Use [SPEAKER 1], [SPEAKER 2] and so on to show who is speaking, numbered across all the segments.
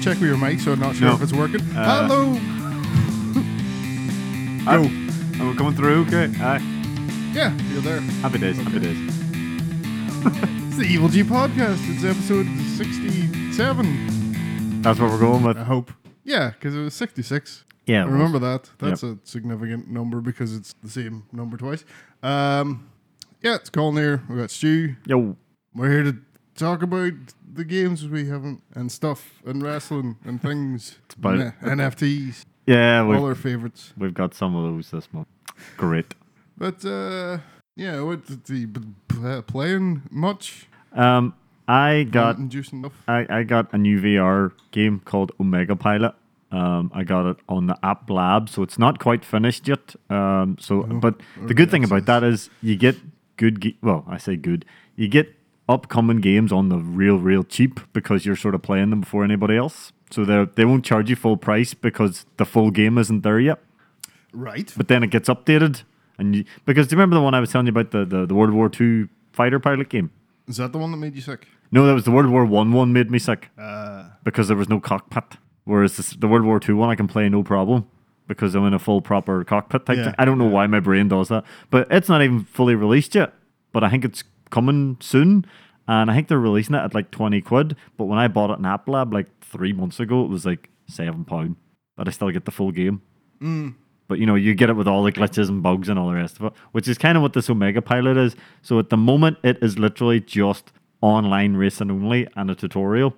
[SPEAKER 1] check with your mic, so I'm not sure
[SPEAKER 2] No.
[SPEAKER 1] if it's working.
[SPEAKER 2] Uh,
[SPEAKER 1] Hello.
[SPEAKER 2] Go. Oh, we're coming through. Okay. Aye.
[SPEAKER 1] Yeah, you're there.
[SPEAKER 2] Happy days. Happy
[SPEAKER 1] Okay.
[SPEAKER 2] days.
[SPEAKER 1] It's the Evil G podcast. It's episode 67.
[SPEAKER 2] That's what we're going with.
[SPEAKER 1] I hope. Yeah, because it was 66.
[SPEAKER 2] Yeah.
[SPEAKER 1] I remember that. That's a significant number because it's the same number twice. Um, yeah, it's Colin here. We got Stu.
[SPEAKER 2] Yo.
[SPEAKER 1] We're here to talk about the games we haven't and stuff and wrestling and things. It's
[SPEAKER 2] about-
[SPEAKER 1] NFTs,
[SPEAKER 2] Yeah.
[SPEAKER 1] all
[SPEAKER 2] We've,
[SPEAKER 1] our favorites.
[SPEAKER 2] we've got some of those this month. Great.
[SPEAKER 1] But uh yeah, what did the b- b- uh, playing much?
[SPEAKER 2] Um, I got
[SPEAKER 1] juicing enough.
[SPEAKER 2] I, I got a new VR game called Omega Pilot. Um, I got it on the app Lab, so it's not quite finished yet. Um, so, but the good thing about that is you get good. Ge- well, I say good. You get upcoming games on the real, real cheap because you're sort of playing them before anybody else. So they they won't charge you full price because the full game isn't there yet
[SPEAKER 1] Right.
[SPEAKER 2] but then it gets updated. And you, because do you remember the one I was telling you about the, the, the World War II fighter pilot game?
[SPEAKER 1] Is that the one that made you sick?
[SPEAKER 2] No, that was the World War One one made me sick
[SPEAKER 1] Uh,
[SPEAKER 2] because there was no cockpit. Whereas this, the World War Two one I can play no problem because I'm in a full proper cockpit type
[SPEAKER 1] Yeah,
[SPEAKER 2] thing. I don't know why my brain does that, but it's not even fully released yet. But I think it's coming soon, and I think they're releasing it at like twenty quid. But when I bought it in App Lab like three months ago, it was like seven pound, but I still get the full game.
[SPEAKER 1] Mm.
[SPEAKER 2] But you know, you get it with all the glitches and bugs and all the rest of it, which is kind of what this Omega Pilot is. So at the moment, it is literally just online racing only and a tutorial.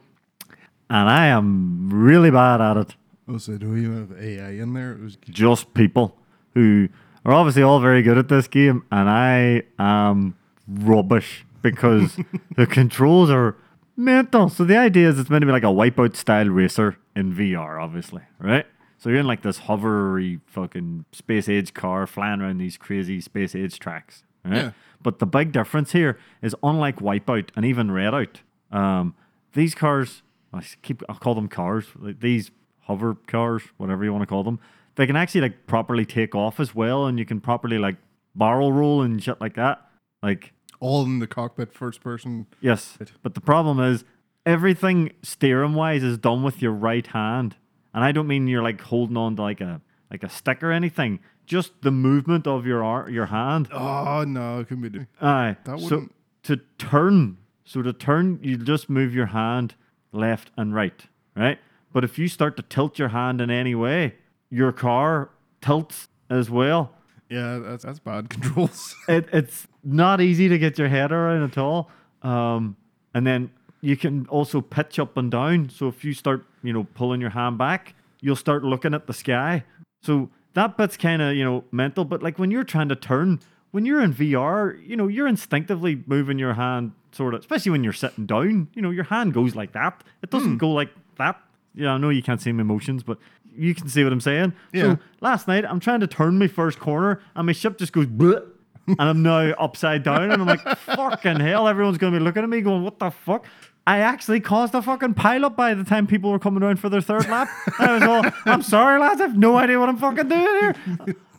[SPEAKER 2] And I am really bad at it.
[SPEAKER 1] Oh, so do you have AI in there? It was
[SPEAKER 2] Just people who are obviously all very good at this game, and I am rubbish because the controls are mental. So the idea is it's meant to be like a wipeout style racer in VR, obviously, right? So you're in like this hovery fucking space age car flying around these crazy space age tracks, right?
[SPEAKER 1] Yeah.
[SPEAKER 2] But the big difference here is unlike Wipeout and even Redout, um, these cars, I s- keep I'll call them cars, like these hover cars, whatever you want to call them, they can actually like properly take off as well, and you can properly like barrel roll and shit like that. Like
[SPEAKER 1] all in the cockpit, first person.
[SPEAKER 2] yes, but the problem is everything steering wise is done with your right hand, and I don't mean you're like holding on to like a like a stick or anything. Just the movement of your ar- your hand.
[SPEAKER 1] Oh no, it couldn't be. do-
[SPEAKER 2] Aye.
[SPEAKER 1] That
[SPEAKER 2] so
[SPEAKER 1] wouldn't-
[SPEAKER 2] to turn, so to turn, you just move your hand left and right, right? But if you start to tilt your hand in any way, your car tilts as well.
[SPEAKER 1] Yeah, that's that's bad controls.
[SPEAKER 2] It, it's not easy to get your head around at all. Um, and then you can also pitch up and down. So if you start, you know, pulling your hand back, you'll start looking at the sky. So that bit's kind of, you know, mental. But like when you're trying to turn, when you're in VR, you know, you're instinctively moving your hand sort of, especially when you're sitting down, you know, your hand goes like that. It doesn't go like that. Yeah, I know you can't see my motions, but you can see what I'm saying.
[SPEAKER 1] Yeah.
[SPEAKER 2] So last night I'm trying to turn my first corner and my ship just goes bleh, and I'm now upside down and I'm like, fucking hell, everyone's gonna be looking at me going, What the fuck? I actually caused a fucking pile up by the time people were coming around for their third lap. And I was all, I'm sorry, lads, I've no idea what I'm fucking doing here.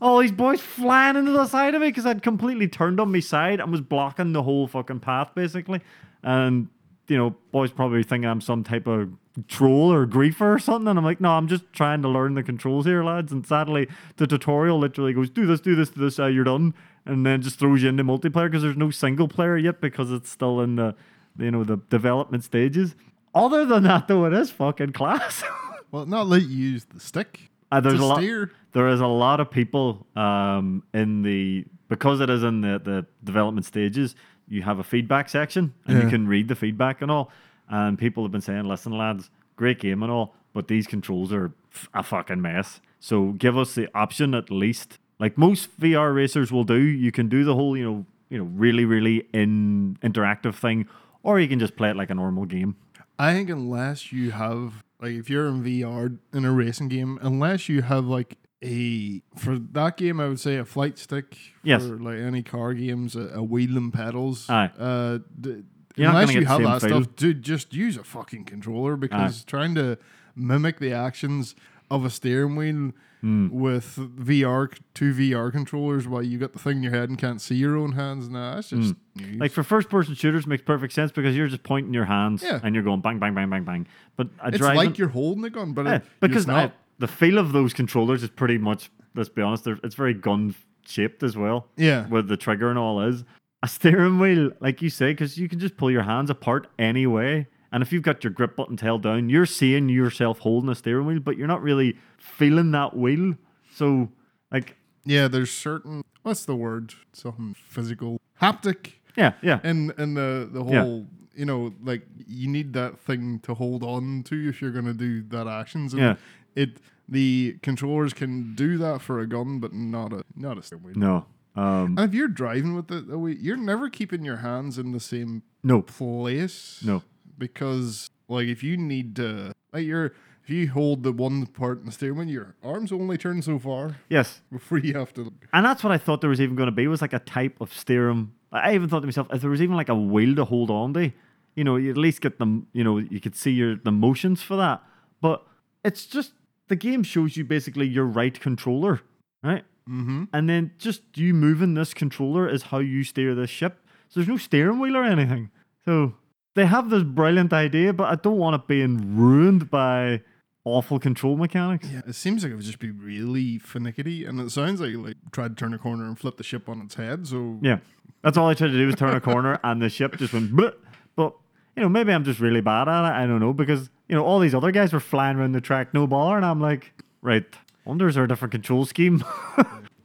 [SPEAKER 2] All these boys flying into the side of me because I'd completely turned on my side and was blocking the whole fucking path basically. And you know, boys probably thinking I'm some type of troll or griefer or something. And I'm like, no, I'm just trying to learn the controls here, lads. And sadly, the tutorial literally goes, do this, do this, do this, uh, you're done. And then just throws you into multiplayer because there's no single player yet because it's still in the, you know, the development stages. Other than that, though, it is fucking class.
[SPEAKER 1] well, not let you use the stick.
[SPEAKER 2] Uh, there's
[SPEAKER 1] to
[SPEAKER 2] a lot.
[SPEAKER 1] steer.
[SPEAKER 2] There is a lot of people um, in the because it is in the, the development stages. You have a feedback section, and
[SPEAKER 1] Yeah.
[SPEAKER 2] you can read the feedback and all. And people have been saying, "Listen, lads, great game and all, but these controls are f- a fucking mess. So give us the option at least, like most VR racers will do. You can do the whole, you know, you know, really, really in interactive thing, or you can just play it like a normal game.
[SPEAKER 1] I think unless you have like if you're in VR in a racing game, unless you have like a for that game, I would say a flight stick.
[SPEAKER 2] Yes.
[SPEAKER 1] For like any car games, a, a wheel and pedals.
[SPEAKER 2] Aye.
[SPEAKER 1] Uh, d-
[SPEAKER 2] You're not gonna
[SPEAKER 1] unless
[SPEAKER 2] get
[SPEAKER 1] you
[SPEAKER 2] the
[SPEAKER 1] have
[SPEAKER 2] same
[SPEAKER 1] that
[SPEAKER 2] feel.
[SPEAKER 1] stuff, dude, just use a fucking controller because trying to mimic the actions of a steering wheel
[SPEAKER 2] Hmm.
[SPEAKER 1] with VR c- two VR controllers while you got the thing in your head and can't see your own hands. Nah, that's just news.
[SPEAKER 2] Like for first person shooters makes perfect sense because you're just pointing your hands
[SPEAKER 1] Yeah.
[SPEAKER 2] and you're going bang bang bang bang bang. But a
[SPEAKER 1] it's
[SPEAKER 2] driving
[SPEAKER 1] like you're holding the gun, but
[SPEAKER 2] Yeah,
[SPEAKER 1] it,
[SPEAKER 2] because
[SPEAKER 1] it's not.
[SPEAKER 2] I, the feel of those controllers is pretty much let's be honest, they're, it's very gun shaped as well.
[SPEAKER 1] yeah,
[SPEAKER 2] Where the trigger and all is. A steering wheel, like you say, because you can just pull your hands apart anyway. And if you've got your grip buttons held down, you're seeing yourself holding a steering wheel, but you're not really feeling that wheel. So like
[SPEAKER 1] yeah. There's certain what's the word? Something physical, haptic,
[SPEAKER 2] yeah, yeah.
[SPEAKER 1] and and the the
[SPEAKER 2] Yeah.
[SPEAKER 1] whole. You know, like you need that thing to hold on to if you're gonna do that actions. And
[SPEAKER 2] Yeah.
[SPEAKER 1] It the controllers can do that for a gun, but not a not a steering wheel.
[SPEAKER 2] No. Um
[SPEAKER 1] And if you're driving with it, away, you're never keeping your hands in the same
[SPEAKER 2] no.
[SPEAKER 1] place.
[SPEAKER 2] No.
[SPEAKER 1] Because like if you need to like you're if you hold the one part in the steering wheel, your arms only turn so far
[SPEAKER 2] Yes.
[SPEAKER 1] before you have to
[SPEAKER 2] And that's what I thought there was even going to be was like a type of steering. I even thought to myself, if there was even like a wheel to hold on to, you know, you at least get them, you know, you could see your the motions for that. But it's just the game shows you basically your right controller, right?
[SPEAKER 1] mm-hmm.
[SPEAKER 2] And then just you moving this controller is how you steer this ship. So there's no steering wheel or anything. So they have this brilliant idea, but I don't want it being ruined by awful control mechanics.
[SPEAKER 1] Yeah. It seems like it would just be really finicky and it sounds like you like tried to turn a corner and flip the ship on its head. So
[SPEAKER 2] Yeah. That's all I tried to do was turn a corner and the ship just went bleh. But, you know, maybe I'm just really bad at it. I don't know because, you know, all these other guys were flying around the track, no bother. And I'm like, right, wonders are a different control scheme.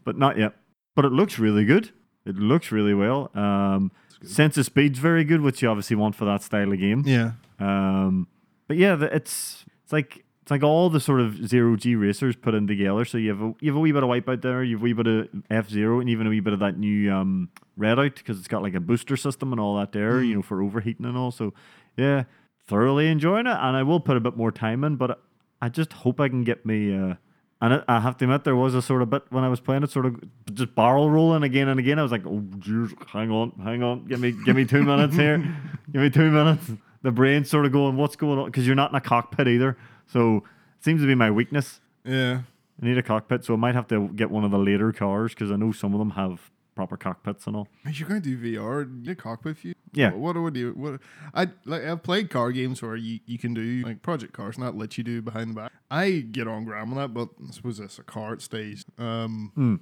[SPEAKER 2] but not yet. But it looks really good. It looks really well. Um, sense of speed's very good, which you obviously want for that style of game.
[SPEAKER 1] Yeah.
[SPEAKER 2] Um, but yeah, the- it's it's like it's like all the sort of zero G racers put in together. So you have a, you have a wee bit of wipeout there, you have a wee bit of F Zero, and even a wee bit of that new um, redout because it's got like a booster system and all that there. You know for overheating and all. So yeah, thoroughly enjoying it, and I will put a bit more time in, but I just hope I can get me. Uh, and I- I have to admit, there was a sort of bit when I was playing it, sort of just barrel rolling again and again. I was like, "Oh, jeez, hang on, hang on, give me, give me two minutes here, give me two minutes." The brain's sort of going, "What's going on?" Because you're not in a cockpit either, so it seems to be my weakness.
[SPEAKER 1] Yeah.
[SPEAKER 2] I need a cockpit, so I might have to get one of the later cars because I know some of them have proper cockpits and all.
[SPEAKER 1] If you're going to do VR, you cockpit view.
[SPEAKER 2] Yeah.
[SPEAKER 1] What, what do I do? What I like? I've played car games where you, you can do like project cars, not let you do behind the back. I get on ground with that, but I suppose it's a car. It stays. Um,
[SPEAKER 2] Hmm.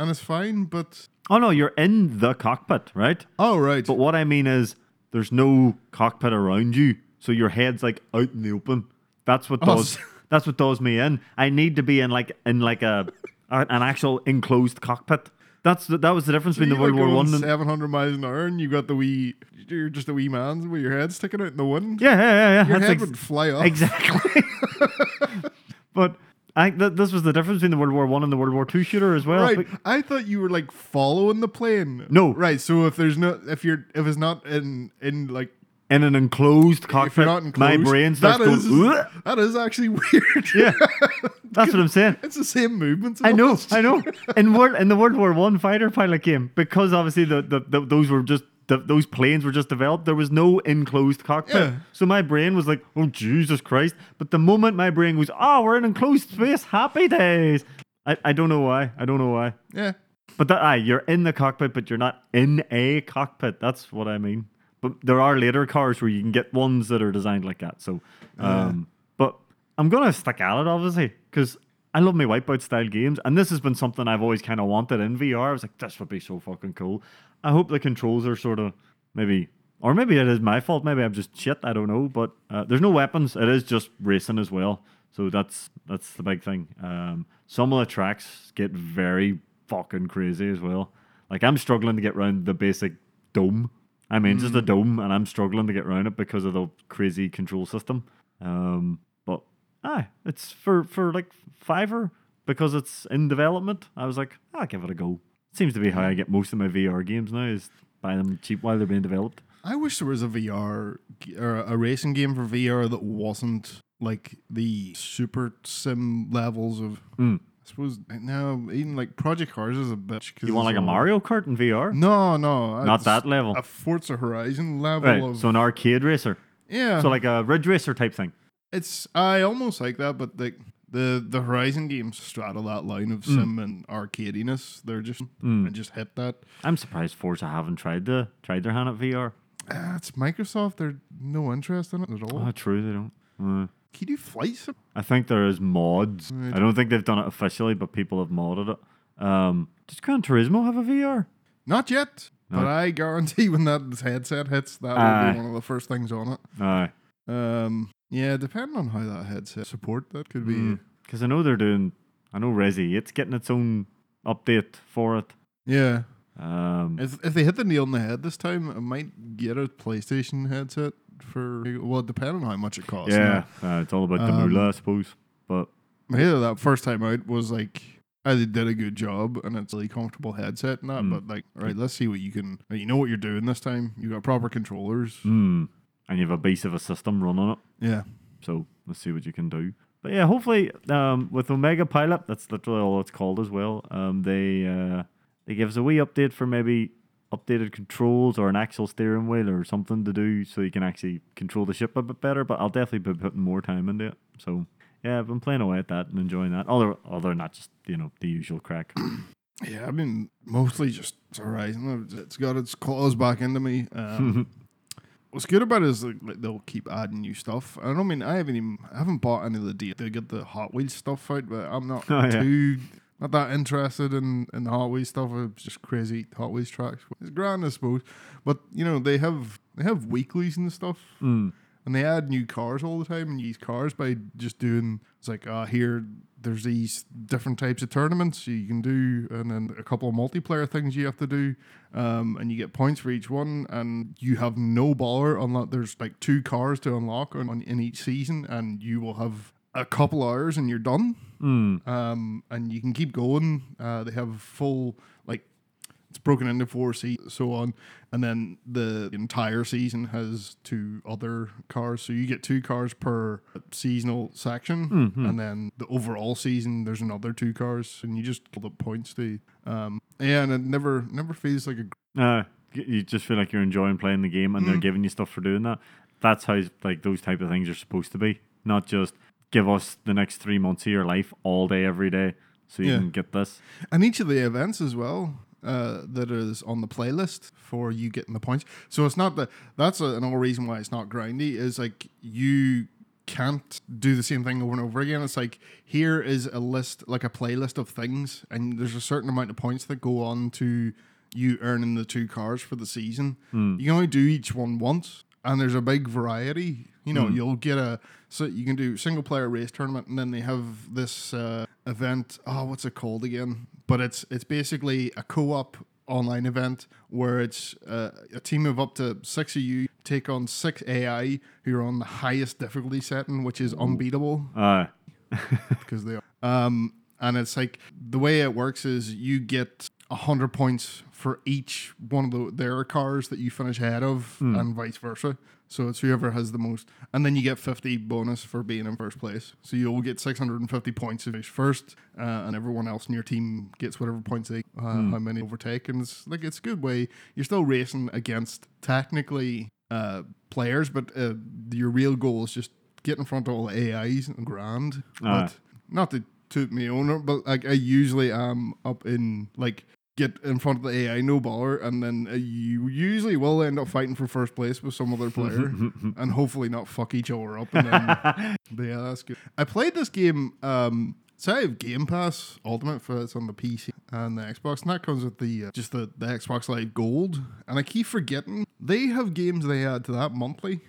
[SPEAKER 1] and it's fine. But
[SPEAKER 2] Oh no, you're in the cockpit, right?
[SPEAKER 1] oh right,
[SPEAKER 2] But what I mean is, there's no cockpit around you, so your head's like out in the open. That's what
[SPEAKER 1] Oh,
[SPEAKER 2] does.
[SPEAKER 1] so-
[SPEAKER 2] that's what does me in. I need to be in like in like a a- an actual enclosed cockpit. That's the, that was the difference between the World War One. and-
[SPEAKER 1] seven hundred miles an hour, and you got the wee. You're just a wee man with your head sticking out in the wind.
[SPEAKER 2] Yeah, yeah, yeah, yeah.
[SPEAKER 1] your
[SPEAKER 2] that's
[SPEAKER 1] head
[SPEAKER 2] ex-
[SPEAKER 1] would fly off.
[SPEAKER 2] exactly. but I think that this was the difference between the World War One and the World War Two shooter as well.
[SPEAKER 1] Right,
[SPEAKER 2] But-
[SPEAKER 1] I thought you were like following the plane.
[SPEAKER 2] No.
[SPEAKER 1] right. So if there's no, if you're, if it's not in, in like
[SPEAKER 2] in an enclosed cockpit,
[SPEAKER 1] if you're not enclosed,
[SPEAKER 2] my brain starts
[SPEAKER 1] that is-
[SPEAKER 2] going. "Ugh."
[SPEAKER 1] that is actually weird.
[SPEAKER 2] Yeah, that's what I'm saying.
[SPEAKER 1] it's the same movements.
[SPEAKER 2] I know, I know. In world in the World War One fighter pilot game, because obviously the, the, the those were just the, those planes were just developed. There was no enclosed cockpit,
[SPEAKER 1] Yeah.
[SPEAKER 2] so my brain was like, "Oh Jesus Christ!" But the moment my brain goes, "Oh, we're in enclosed space, happy days," I, I don't know why. I don't know why.
[SPEAKER 1] Yeah,
[SPEAKER 2] But that, aye, you're in the cockpit, but you're not in a cockpit. That's what I mean. But there are later cars where you can get ones that are designed like that. So, um, but I'm gonna stick at it obviously because I love my wipeout style games, and this has been something I've always kind of wanted in VR. I was like, this would be so fucking cool. I hope the controls are sort of maybe, or maybe it is my fault. Maybe I'm just shit. I don't know. But uh, there's no weapons. It is just racing as well. So that's that's the big thing. Um, some of the tracks get very fucking crazy as well. Like I'm struggling to get round the basic dome. I mean, just a dome, and I'm struggling to get round it because of the crazy control system. Um, but aye, it's for for like Fiverr because it's in development. I was like, I'll give it a go. Seems to be how I get most of my VR games now is buy them cheap while they're being developed.
[SPEAKER 1] I wish there was a VR g- or a racing game for VR that wasn't like the super sim levels of.
[SPEAKER 2] Mm.
[SPEAKER 1] I suppose now even like Project Cars is a bitch. 'cause
[SPEAKER 2] You want
[SPEAKER 1] it's
[SPEAKER 2] like a
[SPEAKER 1] all-
[SPEAKER 2] Mario Kart in VR?
[SPEAKER 1] No, no,
[SPEAKER 2] Not
[SPEAKER 1] it's
[SPEAKER 2] that level.
[SPEAKER 1] A Forza Horizon level
[SPEAKER 2] Right,
[SPEAKER 1] of
[SPEAKER 2] so an arcade racer,
[SPEAKER 1] yeah.
[SPEAKER 2] so like a Ridge Racer type thing.
[SPEAKER 1] it's I almost like that, but like the, The the Horizon games straddle that line of sim and arcadiness. They're just I just hit that.
[SPEAKER 2] I'm surprised Forza haven't tried the tried their hand at VR.
[SPEAKER 1] Ah, it's Microsoft. They're no interest in it at all.
[SPEAKER 2] Oh, true, they don't. Uh,
[SPEAKER 1] Can you do flight sim?
[SPEAKER 2] I think there is mods. I don't think they've done it officially, but people have modded it. Um, does Gran Turismo have a VR?
[SPEAKER 1] Not yet. But I guarantee when that headset hits, that will
[SPEAKER 2] Aye.
[SPEAKER 1] be one of the first things on it.
[SPEAKER 2] No,
[SPEAKER 1] Um, yeah, depending on how that headset support, that could be.
[SPEAKER 2] because Mm. I know they're doing. I know Resi. It's getting its own update for it.
[SPEAKER 1] Yeah,
[SPEAKER 2] Um,
[SPEAKER 1] if if they hit the nail on the head this time, I might get a PlayStation headset for well, depending on how much it costs.
[SPEAKER 2] yeah, uh, it's all about the
[SPEAKER 1] Um,
[SPEAKER 2] moolah, I suppose. But
[SPEAKER 1] now. either that first time out was like. I did a good job, and it's a really comfortable headset and that.
[SPEAKER 2] Mm.
[SPEAKER 1] But like, all right, let's see what you can. You know what you're doing this time. You got proper controllers.
[SPEAKER 2] hmm, and you have a base of a system run on it.
[SPEAKER 1] Yeah,
[SPEAKER 2] So let's see what you can do. But yeah, hopefully um, with Omega Pilot, that's literally all it's called as well. Um, they uh, they give us a wee update for maybe updated controls or an actual steering wheel or something to do so you can actually control the ship a bit better. But I'll definitely be putting more time into it. So yeah, I've been playing away at that and enjoying that. Other other than that, just you know the usual crack.
[SPEAKER 1] yeah. I've been mostly just Horizon. It's got its claws back into me. Um, What's good about it is like, like they'll keep adding new stuff. I don't mean I haven't even I haven't bought any of the deal. They get the Hot Wheels stuff out, but I'm not
[SPEAKER 2] Oh, yeah.
[SPEAKER 1] too not that interested in, in the Hot Wheels stuff. It's just crazy Hot Wheels tracks. It's grand, I suppose. But you know they have they have weeklies and stuff,
[SPEAKER 2] Mm.
[SPEAKER 1] and they add new cars all the time and use cars by just doing. It's like uh here there's these different types of tournaments you can do, and then a couple of multiplayer things you have to do um, and you get points for each one. And you have no baller unless there's like two cars to unlock on, on in each season, and you will have a couple hours and you're done. Um, and you can keep going. Uh, they have full like it's broken into four seasons, so on, and then the entire season has two other cars. So you get two cars per seasonal section, and then the overall season there's another two cars, and you just build up points to. Um, yeah, and it never never feels like a
[SPEAKER 2] Uh, y- you just feel like you're enjoying playing the game and
[SPEAKER 1] Mm.
[SPEAKER 2] they're giving you stuff for doing that. That's how like those type of things are supposed to be. Not just give us the next three months of your life all day, every day, so you
[SPEAKER 1] Yeah.
[SPEAKER 2] can get this.
[SPEAKER 1] And each of the events as well uh, that is on the playlist for you getting the points. So it's not that that's another reason why it's not grindy is like you can't do the same thing over and over again. It's like here is a list, like a playlist of things, and there's a certain amount of points that go on to you earning the two cars for the season. You can only do each one once, and there's a big variety. You know, you'll get a so you can do single player race tournament, and then they have this uh, event. Oh, what's it called again? But it's it's basically a co op online event where it's uh, a team of up to six of you take on six AI who are on the highest difficulty setting, which is unbeatable
[SPEAKER 2] Uh,
[SPEAKER 1] because they are. Um, and it's like the way it works is you get hundred points for each one of the, their cars that you finish ahead of, and vice versa. So it's whoever has the most, and then you get fifty bonus for being in first place. So you'll get six hundred and fifty points if it's first, uh, and everyone else in your team gets whatever points they uh, how many overtake. And it's like it's a good way. You're still racing against technically uh, players, but uh, your real goal is just get in front of all the AIs and grand.
[SPEAKER 2] Aye.
[SPEAKER 1] But not to toot me on, but like I usually am up in like get in front of the AI no baller, and then uh, you usually will end up fighting for first place with some other player, and hopefully not fuck each other up. And then, but yeah, that's good. I played this game. Um, so I have Game Pass Ultimate for it's on the PC and the Xbox, and that comes with the uh, just the, the Xbox Live Gold. And I keep forgetting they have games they add to that monthly.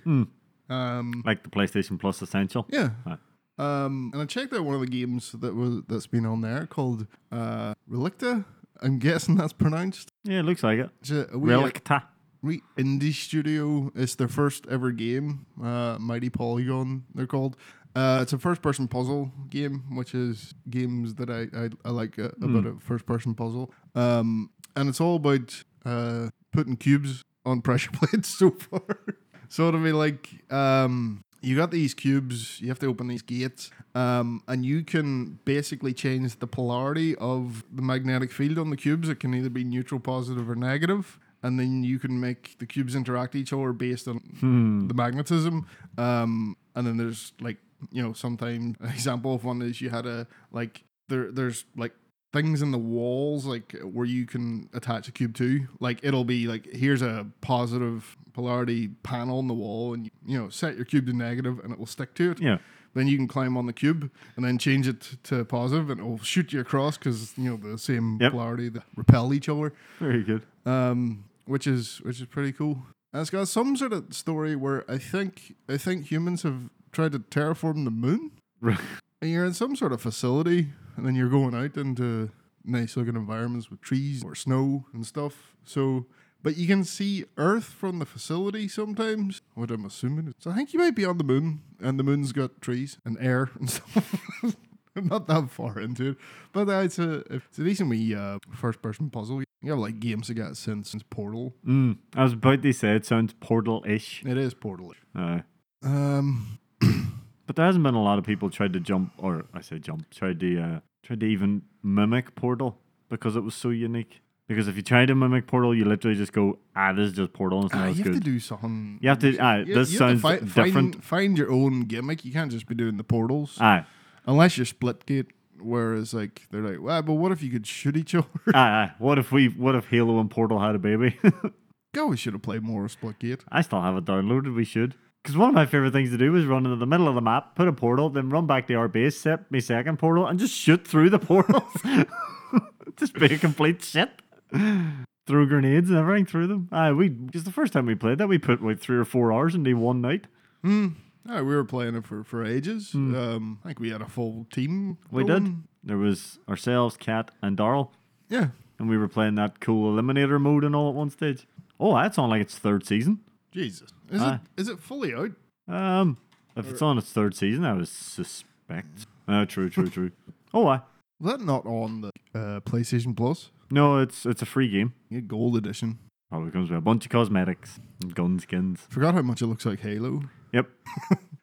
[SPEAKER 1] Um,
[SPEAKER 2] like the PlayStation Plus Essential.
[SPEAKER 1] yeah.
[SPEAKER 2] Aye.
[SPEAKER 1] Um, and I checked out one of the games that was that's been on there called uh, Relicta. I'm guessing that's pronounced.
[SPEAKER 2] Yeah, it looks like it.
[SPEAKER 1] It's a, a wee, like,
[SPEAKER 2] Relicta.
[SPEAKER 1] wee indie studio. It's their first ever game. Uh, Mighty Polygon, they're called. Uh, it's a first-person puzzle game, which is games that I I, I like uh, about a first-person puzzle. Um, and it's all about uh, putting cubes on pressure plates so far. so it'll be like um, you got these cubes, you have to open these gates, um, and you can basically change the polarity of the magnetic field on the cubes. It can either be neutral, positive, or negative, And then you can make the
[SPEAKER 2] Mm. Hmm.
[SPEAKER 1] cubes interact each other based on the magnetism. Um, and then there's like you know, sometimes an example of one is you had a like there there's like things in the walls like where you can attach a cube to. Like it'll be like here's a positive polarity panel in the wall and you know, set your cube to negative and it will stick to it.
[SPEAKER 2] Yeah.
[SPEAKER 1] Then you can climb on the cube and then change it to positive and it'll shoot you across because you know the same
[SPEAKER 2] Yep.
[SPEAKER 1] polarity that repel each other
[SPEAKER 2] Very good.
[SPEAKER 1] um, which is which is pretty cool. And it's got some sort of story where I think I think humans have tried to terraform the moon,
[SPEAKER 2] Right.
[SPEAKER 1] and you're in some sort of facility, and then you're going out into nice looking environments with trees or snow and stuff. So, but you can see Earth from the facility sometimes, what I'm assuming. is- So I think you might be on the moon, and the moon's got trees and air and stuff. I'm not that far into it, but uh, it's a it's a decent wee uh, first person puzzle. You have like games that got since since Portal.
[SPEAKER 2] Mm, I was about to say it sounds portal-ish.
[SPEAKER 1] It is Portal.
[SPEAKER 2] Uh,
[SPEAKER 1] Um,
[SPEAKER 2] but there hasn't been a lot of people tried to jump, or I say jump, tried to uh, tried to even mimic Portal because it was so unique. Because if you try to mimic Portal, you literally just go, ah, this is just Portal. It's
[SPEAKER 1] ah,
[SPEAKER 2] not as
[SPEAKER 1] you have
[SPEAKER 2] good.
[SPEAKER 1] to do something.
[SPEAKER 2] you have to. Ah,
[SPEAKER 1] You-
[SPEAKER 2] this
[SPEAKER 1] you have
[SPEAKER 2] sounds
[SPEAKER 1] to fi-
[SPEAKER 2] different. Ah,
[SPEAKER 1] Find, find your own gimmick. You can't just be doing the portals
[SPEAKER 2] Aye,
[SPEAKER 1] unless you're split gate. Whereas like they're like, well, but what if you could shoot each other?
[SPEAKER 2] aye, aye. ah, What if we? What if Halo and Portal had a baby?
[SPEAKER 1] I always should have "Oh, played more of split gate.
[SPEAKER 2] I still have it downloaded. We should. Because one of my favorite things to do is run into the middle of the map, put a portal, then run back to our base, set my second portal, and just shoot through the portals. just be a complete shit. Throw grenades and everything through them. Aye, we because the first time we played that, we put like three or four hours into one night.
[SPEAKER 1] Hmm. Ah, we were playing it for for ages. Um, I think we had a full team.
[SPEAKER 2] Hmm. We did.
[SPEAKER 1] going.
[SPEAKER 2] There was ourselves, Kat, and Darl,
[SPEAKER 1] Yeah.
[SPEAKER 2] and we were playing that cool eliminator mode and all at one stage. Oh, that's on like its third season.
[SPEAKER 1] Jesus. Is
[SPEAKER 2] Aye.
[SPEAKER 1] it is it fully out?
[SPEAKER 2] Um, if it's on its third season, I would suspect. No, true, true, true. Oh, I
[SPEAKER 1] Was that not on the uh, PlayStation Plus?
[SPEAKER 2] no, it's it's a free game.
[SPEAKER 1] Yeah, gold edition.
[SPEAKER 2] Probably comes with a bunch of cosmetics and gun skins.
[SPEAKER 1] Forgot how much it looks like Halo.
[SPEAKER 2] Yep.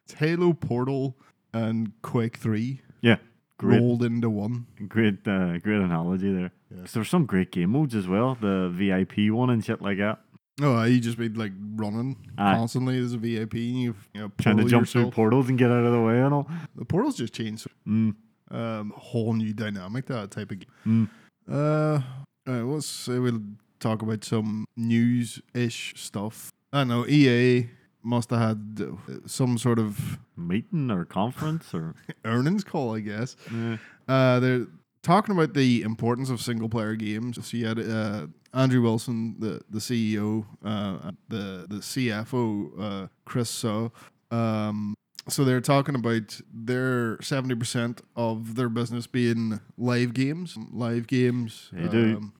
[SPEAKER 1] It's Halo, Portal, and Quake Three
[SPEAKER 2] Yeah. Great,
[SPEAKER 1] rolled into one.
[SPEAKER 2] great, uh, great analogy there. Because there were some great game modes as well, the VIP one and shit like that.
[SPEAKER 1] Oh, you just been like running
[SPEAKER 2] Aye.
[SPEAKER 1] constantly as a VIP. And you've you know,
[SPEAKER 2] Trying to
[SPEAKER 1] portal
[SPEAKER 2] jump through
[SPEAKER 1] yourself.
[SPEAKER 2] portals and get out of the way and all.
[SPEAKER 1] the portals just changed.
[SPEAKER 2] Mm.
[SPEAKER 1] Um, whole new dynamic to that type of game.
[SPEAKER 2] Mm.
[SPEAKER 1] Uh, all right, let's say we'll talk about some news ish stuff. I don't know. EA must have had uh, some sort of
[SPEAKER 2] Meeting or conference or
[SPEAKER 1] earnings call, I guess.
[SPEAKER 2] Yeah.
[SPEAKER 1] Uh, they're talking about the importance of single player games. So you had uh, Andrew Wilson, the the CEO, uh, the the CFO, uh, Chris So. Um, so they're talking about their seventy percent of their business being live games. Live games.
[SPEAKER 2] They do.
[SPEAKER 1] Um,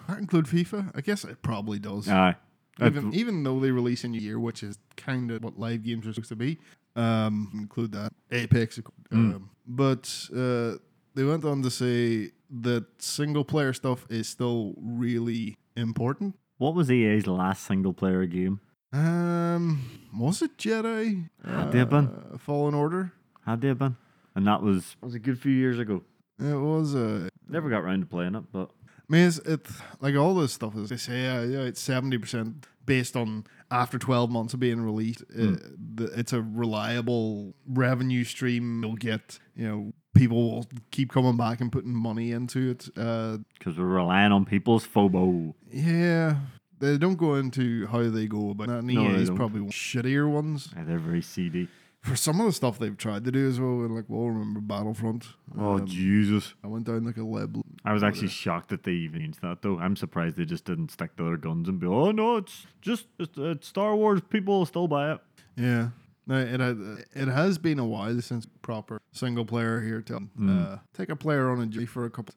[SPEAKER 1] that include FIFA? I guess it probably does.
[SPEAKER 2] aye. That's-
[SPEAKER 1] Even even though they release in a year, which is kind of what live games are supposed to be, um, include that Apex. Um, But uh, they went on to say that single player stuff is still really important.
[SPEAKER 2] What was EA's last single player game?
[SPEAKER 1] Um, was it Jedi?
[SPEAKER 2] Had they been?
[SPEAKER 1] Uh, Fallen Order.
[SPEAKER 2] Had they been? And that was was a good few years ago.
[SPEAKER 1] It was uh,
[SPEAKER 2] Never got round to playing it, but
[SPEAKER 1] I mean, it's, it like all this stuff is they say uh, yeah, it's seventy percent based on after twelve months of being released.
[SPEAKER 2] Hmm.
[SPEAKER 1] Uh, the, it's a reliable revenue stream. You'll get you know people will keep coming back and putting money into it. Uh,
[SPEAKER 2] because we're relying on people's phobo.
[SPEAKER 1] yeah, they don't go into how they go about that. And
[SPEAKER 2] No, they
[SPEAKER 1] EA's
[SPEAKER 2] don't.
[SPEAKER 1] probably one of the shittier ones
[SPEAKER 2] Yeah, they're very seedy.
[SPEAKER 1] for some of the stuff they've tried to do as well. and, Like, well, remember Battlefront?
[SPEAKER 2] Oh
[SPEAKER 1] Um,
[SPEAKER 2] Jesus!
[SPEAKER 1] I went down like a lead.
[SPEAKER 2] I was actually shocked that they even used that though. I'm surprised they just didn't stick to their guns and be, oh no, it's just it's, it's Star Wars. People will still buy it.
[SPEAKER 1] Yeah. No, it had, it has been a while since proper single player here to uh, take a player on a journey for a couple.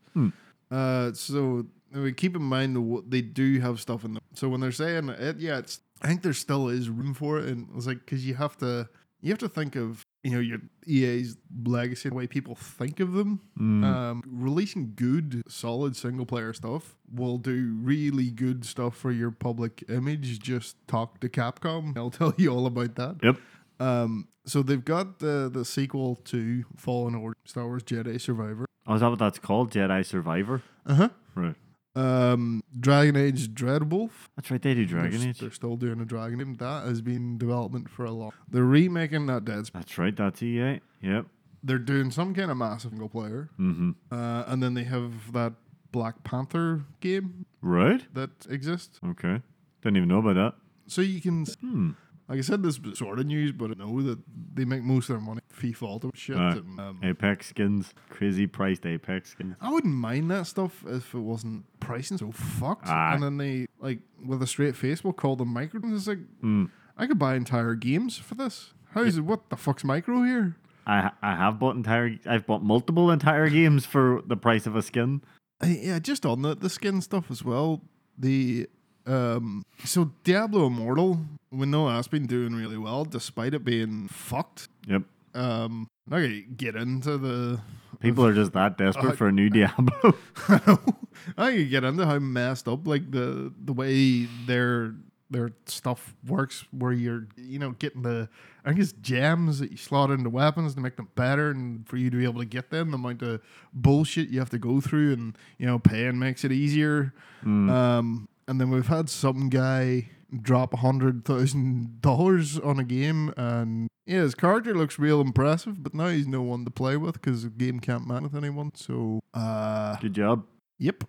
[SPEAKER 1] Uh, so I mean, keep in mind the w- they do have stuff in them. So when they're saying it, yeah, it's I think there still is room for it, and it's like because you have to you have to think of you know your EA's legacy, the way people think of them. Um, releasing good, solid single player stuff will do really good stuff for your public image. Just talk to Capcom; they'll tell you all about that.
[SPEAKER 2] Yep.
[SPEAKER 1] Um, so they've got the the sequel to Fallen Order, Star Wars Jedi Survivor.
[SPEAKER 2] Oh, is that what that's called? Jedi Survivor.
[SPEAKER 1] Uh huh.
[SPEAKER 2] Right.
[SPEAKER 1] Um, Dragon Age Dreadwolf.
[SPEAKER 2] That's right, they do
[SPEAKER 1] They're
[SPEAKER 2] Dragon
[SPEAKER 1] s-
[SPEAKER 2] Age.
[SPEAKER 1] They're still doing a Dragon Age. That has been in development for a long. They're remaking that Dead Space.
[SPEAKER 2] That's right, that's EA. Yep.
[SPEAKER 1] They're doing some kind of massive single player,
[SPEAKER 2] Mm-hmm.
[SPEAKER 1] uh, and then they have that Black Panther game
[SPEAKER 2] Right?
[SPEAKER 1] that exists.
[SPEAKER 2] Okay. Didn't even know about that.
[SPEAKER 1] So you can, s-
[SPEAKER 2] Hmm.
[SPEAKER 1] like I said, this is sort of news, but I know that they make most of their money FIFA to shit.
[SPEAKER 2] Aye.
[SPEAKER 1] and, um,
[SPEAKER 2] Apex skins. Crazy priced Apex skins.
[SPEAKER 1] I wouldn't mind that stuff if it wasn't pricing so fucked.
[SPEAKER 2] Aye.
[SPEAKER 1] And then they like with a straight face will call them micro. It's like
[SPEAKER 2] Hmm.
[SPEAKER 1] I could buy entire games for this. How is it? What the fuck's micro here?
[SPEAKER 2] I I have bought entire I've bought multiple entire games for the price of a skin.
[SPEAKER 1] Uh, yeah, just on the the skin stuff as well. The um, so Diablo Immortal, we know that's been doing really well despite it being fucked.
[SPEAKER 2] Yep.
[SPEAKER 1] Um, not gonna get into the.
[SPEAKER 2] People are just that desperate
[SPEAKER 1] Uh,
[SPEAKER 2] for a new Diablo.
[SPEAKER 1] I could get into how messed up like the the way their their stuff works, where you're you know getting the I guess gems that you slot into weapons to make them better, and for you to be able to get them, the amount of bullshit you have to go through, and you know paying makes it easier. Um, and then we've had some guy drop a hundred thousand dollars on a game, and yeah, his character looks real impressive, but now he's no one to play with because the game can't man with anyone. So, uh,
[SPEAKER 2] Good job.
[SPEAKER 1] yep.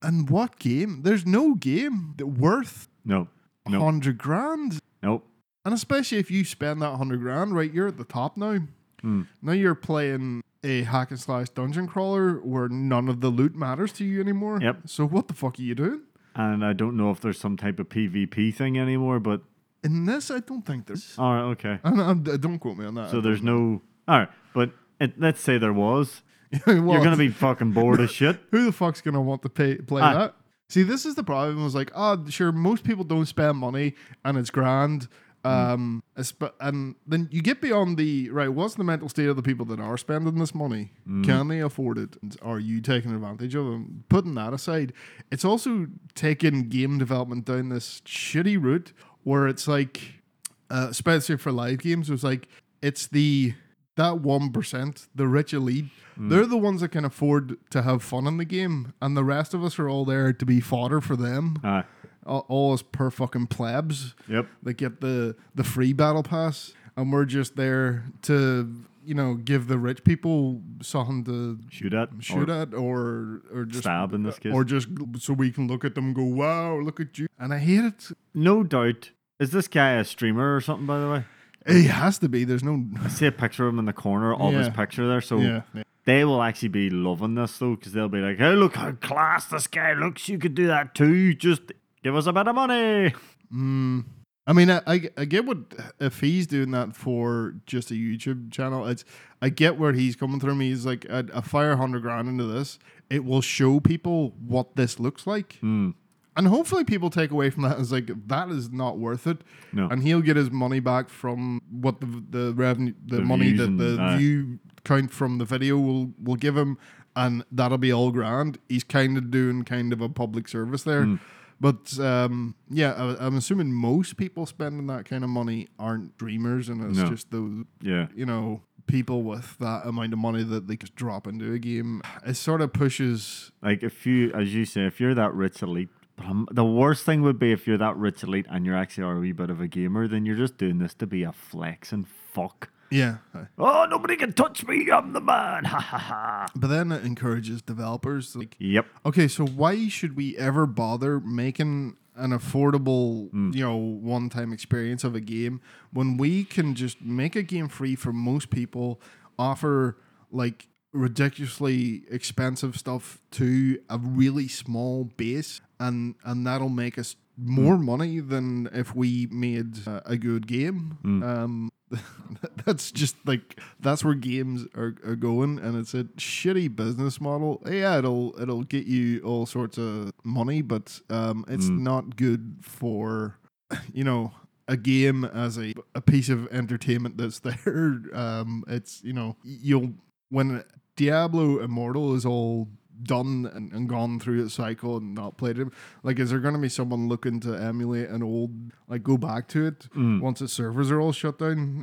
[SPEAKER 1] and what game? There's no game that worth
[SPEAKER 2] No.
[SPEAKER 1] a
[SPEAKER 2] No.
[SPEAKER 1] hundred grand,
[SPEAKER 2] Nope.
[SPEAKER 1] and especially if you spend that hundred grand, right? You're at the top now.
[SPEAKER 2] Hmm.
[SPEAKER 1] Now you're playing a hack and slash dungeon crawler where none of the loot matters to you anymore.
[SPEAKER 2] Yep.
[SPEAKER 1] So what the fuck are you doing?
[SPEAKER 2] And I don't know if there's some type of PvP thing anymore, but
[SPEAKER 1] In this, I don't think there's.
[SPEAKER 2] all right, okay.
[SPEAKER 1] And I'm, don't quote me on that.
[SPEAKER 2] So there's no all right, but it, let's say there was.
[SPEAKER 1] Well,
[SPEAKER 2] You're gonna be fucking bored as shit.
[SPEAKER 1] who the fuck's gonna want to pay, play
[SPEAKER 2] Aye.
[SPEAKER 1] that? See, this is the problem. Was like, oh, sure, most people don't spend money, and it's grand. Um, esp- and then you get beyond the right. What's the mental state of the people that are spending this money? Can they afford it? And Are you taking advantage of them? Putting that aside, it's also taking game development down this shitty route where it's like uh, especially for live games, was like it's the that one percent, the rich elite. They're the ones that can afford to have fun in the game, and the rest of us are all there to be fodder for them.
[SPEAKER 2] Uh,
[SPEAKER 1] All all us per fucking plebs
[SPEAKER 2] yep.
[SPEAKER 1] that get the the free battle pass, and we're just there to you know give the rich people something to
[SPEAKER 2] Shoot at
[SPEAKER 1] shoot
[SPEAKER 2] or
[SPEAKER 1] at or or just
[SPEAKER 2] stab in this case.
[SPEAKER 1] or just so we can look at them and go wow look at you and I hate it.
[SPEAKER 2] no doubt. Is this guy a streamer or something, by the way?
[SPEAKER 1] It has to be. There's no
[SPEAKER 2] I see a picture of him in the corner of his
[SPEAKER 1] Yeah.
[SPEAKER 2] picture there. So
[SPEAKER 1] yeah.
[SPEAKER 2] they will actually be loving this though, because they'll be like, "Hey, look how class this guy looks! You could do that too. Just give us a bit of money."
[SPEAKER 1] Mm. I mean, I, I, I get what if he's doing that for just a YouTube channel. It's I get where he's coming from. He's like a, a fire hundred grand into this. It will show people what this looks like,
[SPEAKER 2] Mm,
[SPEAKER 1] and hopefully, people take away from that as like that is not worth it.
[SPEAKER 2] No.
[SPEAKER 1] and he'll get his money back from what the the revenue, the,
[SPEAKER 2] The
[SPEAKER 1] money
[SPEAKER 2] views
[SPEAKER 1] that
[SPEAKER 2] and-
[SPEAKER 1] the
[SPEAKER 2] aye.
[SPEAKER 1] view count from the video will will give him, and that'll be all grand. He's kind of doing kind of a public service there.
[SPEAKER 2] Hmm.
[SPEAKER 1] But um, yeah, I, I'm assuming most people spending that kind of money aren't dreamers, and it's
[SPEAKER 2] No.
[SPEAKER 1] just those
[SPEAKER 2] yeah,
[SPEAKER 1] you know people with that amount of money that they just drop into a game. It sort of pushes.
[SPEAKER 2] like if you, as you say, if you're that rich elite. But um, the worst thing would be if you're that rich elite and you're actually a wee bit of a gamer, then you're just doing this to be a flex and fuck.
[SPEAKER 1] Yeah,
[SPEAKER 2] Oh, nobody can touch me. I'm the man. Ha ha ha.
[SPEAKER 1] but then it encourages developers like
[SPEAKER 2] Yep.
[SPEAKER 1] Okay, so why should we ever bother making an affordable, you know, one-time experience of a game when we can just make a game free for most people, offer like ridiculously expensive stuff to a really small base and and that'll make us more money than if we made uh, a good game. Um that's just like that's where games are, are going and it's a shitty business model yeah it'll it'll get you all sorts of money but um it's not good for you know a game as a, a piece of entertainment that's there um it's you know you'll when diablo immortal is all done and, and gone through its cycle and not played it like is there going to be someone looking to emulate an old like go back to it
[SPEAKER 2] Mm.
[SPEAKER 1] once its servers are all shut down,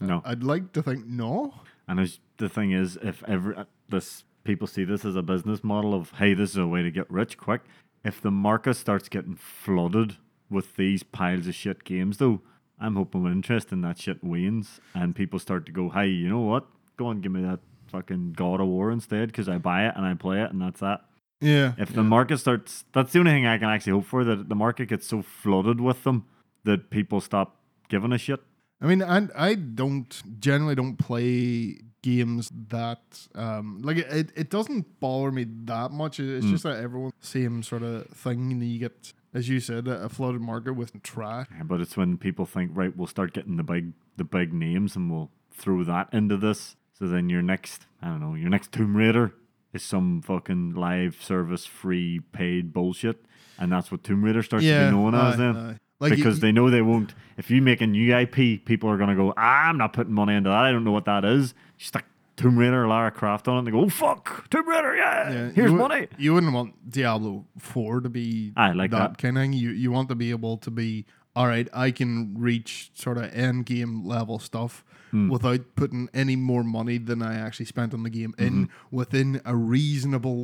[SPEAKER 1] I'd
[SPEAKER 2] No.
[SPEAKER 1] I'd like to think no.
[SPEAKER 2] And as the thing is, if every uh, this people see this as a business model of hey, this is a way to get rich quick. If the market starts getting flooded with these piles of shit games, though, I'm hoping interest in that shit wanes and people start to go, hey, you know what? Go and give me that fucking God of War instead because I buy it and I play it and that's that.
[SPEAKER 1] Yeah.
[SPEAKER 2] If the market starts, that's the only thing I can actually hope for that the market gets so flooded with them that people stop giving a shit.
[SPEAKER 1] I mean, I I don't generally don't play games that um like it, it, it doesn't bother me that much. It-
[SPEAKER 2] Mm.
[SPEAKER 1] It's just that everyone same sort of thing, and you get as you said a a flooded market with trash.
[SPEAKER 2] Yeah, But it's when people think, right, we'll start getting the big the big names and we'll throw that into this. So then your next, I don't know, your next Tomb Raider is some fucking live service free paid bullshit, and that's what Tomb Raider starts to be known
[SPEAKER 1] aye,
[SPEAKER 2] as then.
[SPEAKER 1] aye. Like you-
[SPEAKER 2] because they know they won't. If you make a new IP, people are gonna go. I'm not putting money into that. I don't know what that is. You stick Tomb Raider, or Lara Croft on it, and they go, oh, "Fuck, Tomb Raider, yeah,
[SPEAKER 1] Yeah,
[SPEAKER 2] here's
[SPEAKER 1] you, wou-
[SPEAKER 2] money."
[SPEAKER 1] You wouldn't want Diablo Four to be
[SPEAKER 2] Aye, like that.
[SPEAKER 1] kind of thing. You you want to be able to be all right. I can reach sort of end game level stuff
[SPEAKER 2] Hmm.
[SPEAKER 1] without putting any more money than I actually spent on the game in
[SPEAKER 2] Mm-hmm.
[SPEAKER 1] within a reasonable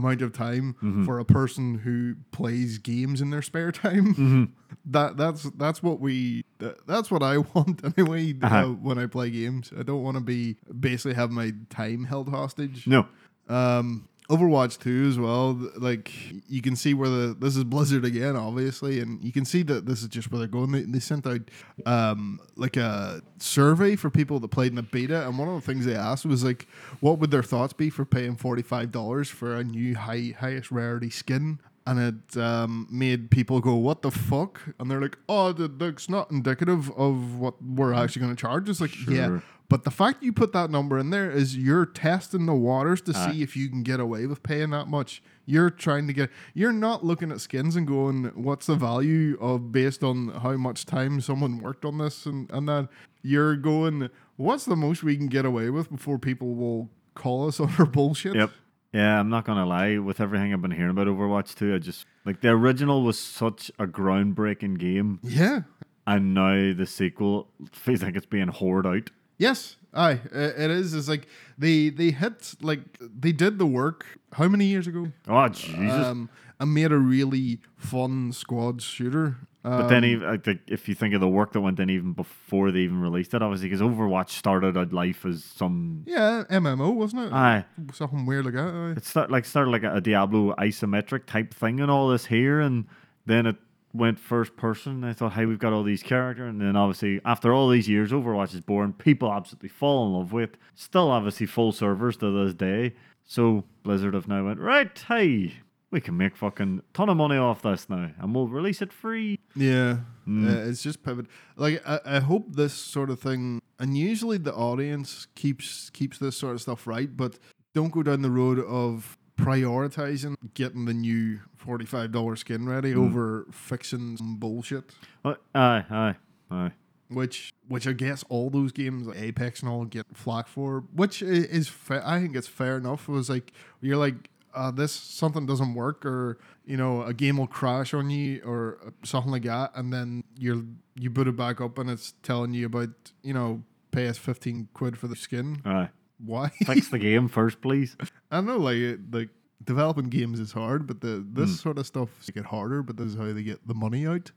[SPEAKER 1] amount of time for a person who plays games in their spare time.
[SPEAKER 2] Mm-hmm.
[SPEAKER 1] That that's that's what we that, that's what I want anyway. uh
[SPEAKER 2] Uh-huh.
[SPEAKER 1] when I play games, I don't want to be basically have my time held hostage.
[SPEAKER 2] No,
[SPEAKER 1] Um, Overwatch 2 as well. th- Like you can see where the this is Blizzard again, obviously, and you can see that this is just where they're going. They, they sent out um, like a survey for people that played in the beta, and one of the things they asked was like, what would their thoughts be for paying forty five dollars for a new high highest rarity skin? And it um, made people go, "What the fuck?" And they're like, "Oh, th- that's not indicative of what we're actually going to charge." It's like, yeah,
[SPEAKER 2] Sure.
[SPEAKER 1] but the fact you put that number in there is you're testing the waters to see if you can get away with paying that much. You're trying to get. You're not looking at skins and going, "What's the value of based on how much time someone worked on this?" And and then you're going, "What's the most we can get away with before people will call us on our bullshit?"
[SPEAKER 2] Yep. Yeah, I'm not gonna lie. With everything I've been hearing about Overwatch 2, I just like the original was such a groundbreaking game,
[SPEAKER 1] Yeah.
[SPEAKER 2] and now the sequel feels like it's being hoard out.
[SPEAKER 1] Yes. Aye. i- It is. It's like they they hit like they did the work. How many years ago?
[SPEAKER 2] Oh Jesus!
[SPEAKER 1] Um, and made a really fun squad shooter. Uh,
[SPEAKER 2] but then, even I think if you think of the work that went in even before they even released it, obviously, because Overwatch started out life as some
[SPEAKER 1] Yeah, MMO wasn't it?
[SPEAKER 2] aye,
[SPEAKER 1] Something weird like that. aye.
[SPEAKER 2] it start like started like a, Diablo isometric type thing and all this here, and then it went first person. And I thought, hey, we've got all these characters, and then obviously after all these years, Overwatch is born. People absolutely fall in love with. Still, obviously, full servers to this day. So Blizzard have now went right. Hey, we can make fucking ton of money off this now, and we'll release it free.
[SPEAKER 1] Yeah,
[SPEAKER 2] Mm.
[SPEAKER 1] Uh, it's just pivot. Like I, I hope this sort of thing, and usually the audience keeps keeps this sort of stuff right, but don't go down the road of prioritizing getting the new forty five dollar skin ready
[SPEAKER 2] Mm.
[SPEAKER 1] over fixing some bullshit.
[SPEAKER 2] Uh, aye, aye, aye.
[SPEAKER 1] which which I guess all those games, like Apex and all, get flack for. Which i- is fa- I think it's fair enough. It was like you're like uh, this something doesn't work, or you know a game will crash on you, or uh, something like that, and then you're you boot it back up and it's telling you about you know pay us fifteen quid for the skin.
[SPEAKER 2] Aye.
[SPEAKER 1] Why?
[SPEAKER 2] Fix the game first, please.
[SPEAKER 1] I don't know like it- like developing games is hard, but the this sort of stuff get harder. But this is how they get the money out.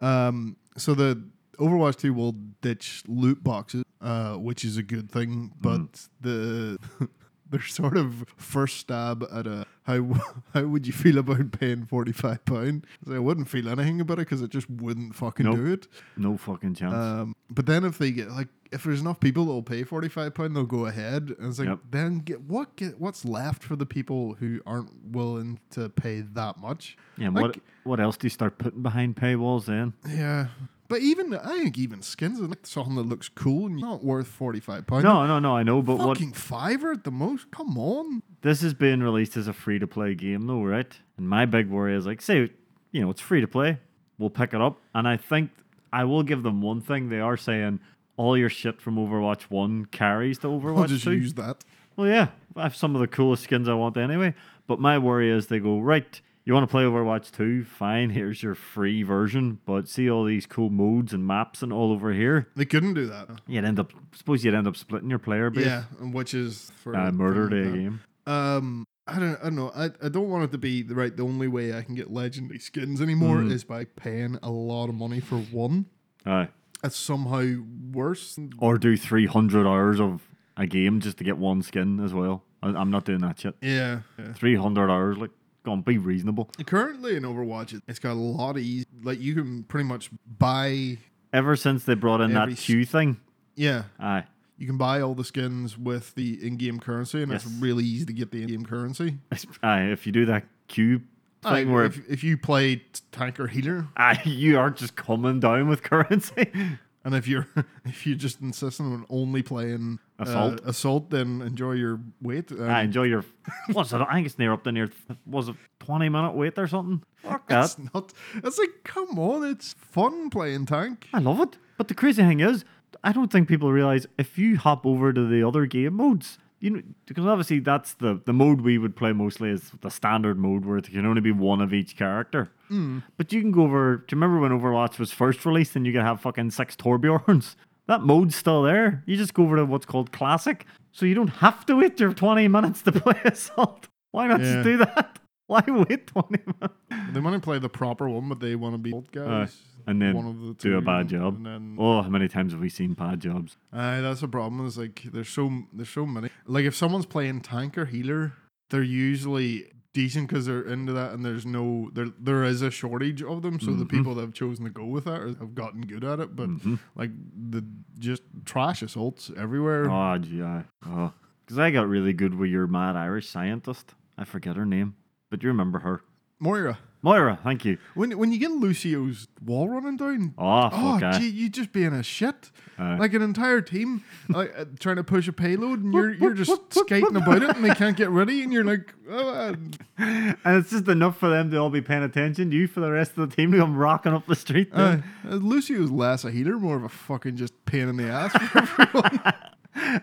[SPEAKER 1] Um, so the Overwatch 2 will ditch loot boxes, uh, which is a good thing, but the their sort of first stab at a how how would you feel about paying forty five pound? I wouldn't feel anything about it because it just wouldn't fucking
[SPEAKER 2] Nope.
[SPEAKER 1] do it.
[SPEAKER 2] No fucking chance.
[SPEAKER 1] Um, but then if they get like if there's enough people that'll pay forty five pound, they'll go ahead. And it's like
[SPEAKER 2] Yep.
[SPEAKER 1] then get what get what's left for the people who aren't willing to pay that much.
[SPEAKER 2] yeah. and
[SPEAKER 1] like-
[SPEAKER 2] what what else do you start putting behind paywalls then?
[SPEAKER 1] Yeah. But even I think even skins are like something that looks cool and not worth forty five pounds.
[SPEAKER 2] No, no, no. I know, but what
[SPEAKER 1] fucking fiver at the most. Come on.
[SPEAKER 2] this is being released as a free to play game though, right? And my big worry is like, say, you know, it's free to play. We'll pick it up. And I think I will give them one thing. They are saying all your shit from Overwatch 1 carries to
[SPEAKER 1] I'll
[SPEAKER 2] Overwatch
[SPEAKER 1] just
[SPEAKER 2] 2.
[SPEAKER 1] use that.
[SPEAKER 2] Well, yeah, I have some of the coolest skins I want anyway. But my worry is they go, right, you want to play Overwatch 2? Fine, here's your free version. But see all these cool modes and maps and all over here?
[SPEAKER 1] They couldn't do that.
[SPEAKER 2] You'd end up, suppose you'd end up splitting your player base.
[SPEAKER 1] Yeah, and which is for
[SPEAKER 2] Uh, murder day
[SPEAKER 1] thing like
[SPEAKER 2] game.
[SPEAKER 1] that. Um, I don't, I don't know. I, I don't want it to be the right. The only way I can get legendary skins anymore
[SPEAKER 2] Mm.
[SPEAKER 1] is by paying a lot of money for one.
[SPEAKER 2] Aye.
[SPEAKER 1] That's somehow worse.
[SPEAKER 2] Or do 300 hours of a game just to get one skin as well. I, I'm not doing that shit.
[SPEAKER 1] Yeah. yeah.
[SPEAKER 2] 300 hours, like, gone, be reasonable.
[SPEAKER 1] Currently in Overwatch, it- it's got a lot of easy. Like you can pretty much buy.
[SPEAKER 2] Ever since they brought in
[SPEAKER 1] Every
[SPEAKER 2] that
[SPEAKER 1] s-
[SPEAKER 2] queue thing,
[SPEAKER 1] Yeah,
[SPEAKER 2] aye.
[SPEAKER 1] you can buy all the skins with the in-game currency, and it's
[SPEAKER 2] Yes.
[SPEAKER 1] really easy to get the in-game currency.
[SPEAKER 2] It's- aye, if you do that queue
[SPEAKER 1] Like,
[SPEAKER 2] thing where
[SPEAKER 1] if, if you play t- tank or healer,
[SPEAKER 2] aye, you are just coming down with currency,
[SPEAKER 1] and if you're if you just insist on only playing uh,
[SPEAKER 2] Assault.
[SPEAKER 1] assault, then enjoy your wait. Um,
[SPEAKER 2] I enjoy your. What's it? I think it's near up to near. Was it 20 minute wait or something? Fuck that.
[SPEAKER 1] It's not. It's like, come on, it's fun playing tank.
[SPEAKER 2] I love it. But the crazy thing is, I don't think people realize if you hop over to the other game modes, you know, because obviously that's the, the mode we would play mostly is the standard mode where it can only be one of each character.
[SPEAKER 1] Mm.
[SPEAKER 2] But you can go over. Do you remember when Overwatch was first released and you could have fucking six Torbjorns? That mode's still there. You just go over to what's called Classic. So you don't have to wait your 20 minutes to play Assault. Why not
[SPEAKER 1] Yeah.
[SPEAKER 2] just do that? Why wait 20 minutes?
[SPEAKER 1] They want to play the proper one, but they want to be old guys.
[SPEAKER 2] Uh, and then
[SPEAKER 1] one of the
[SPEAKER 2] do a
[SPEAKER 1] two,
[SPEAKER 2] bad job.
[SPEAKER 1] And then,
[SPEAKER 2] Oh, how many times have we seen bad jobs?
[SPEAKER 1] Aye, that's a problem. Is like there's so there's so many. Like if someone's playing tank or healer, they're usually decent because they're into that, and there's no there there is a shortage of them. So the
[SPEAKER 2] Mm-hmm.
[SPEAKER 1] people that have chosen to go with that are, have gotten good at it. But like the just trash assaults everywhere.
[SPEAKER 2] Oh, yeah. Oh. Because I got really good with your mad Irish scientist. I forget her name, but you remember her.
[SPEAKER 1] Moira,
[SPEAKER 2] Moira, thank you.
[SPEAKER 1] when when you get Lucio's wall running down.
[SPEAKER 2] Oh,
[SPEAKER 1] Oh,
[SPEAKER 2] fuck aye.
[SPEAKER 1] gee, you just being a shit.
[SPEAKER 2] Aye.
[SPEAKER 1] Like an entire team like, uh, trying to push a payload, and you're you're just
[SPEAKER 2] whoop, whoop,
[SPEAKER 1] skating about it, and they can't get ready, and you're like, oh, uh,
[SPEAKER 2] And it's just enough for them to all be paying attention to you for the rest of the team to come rocking up the street.
[SPEAKER 1] Uh,
[SPEAKER 2] then.
[SPEAKER 1] uh, Lucy was less a heater, more of a fucking just pain in the ass. for everyone.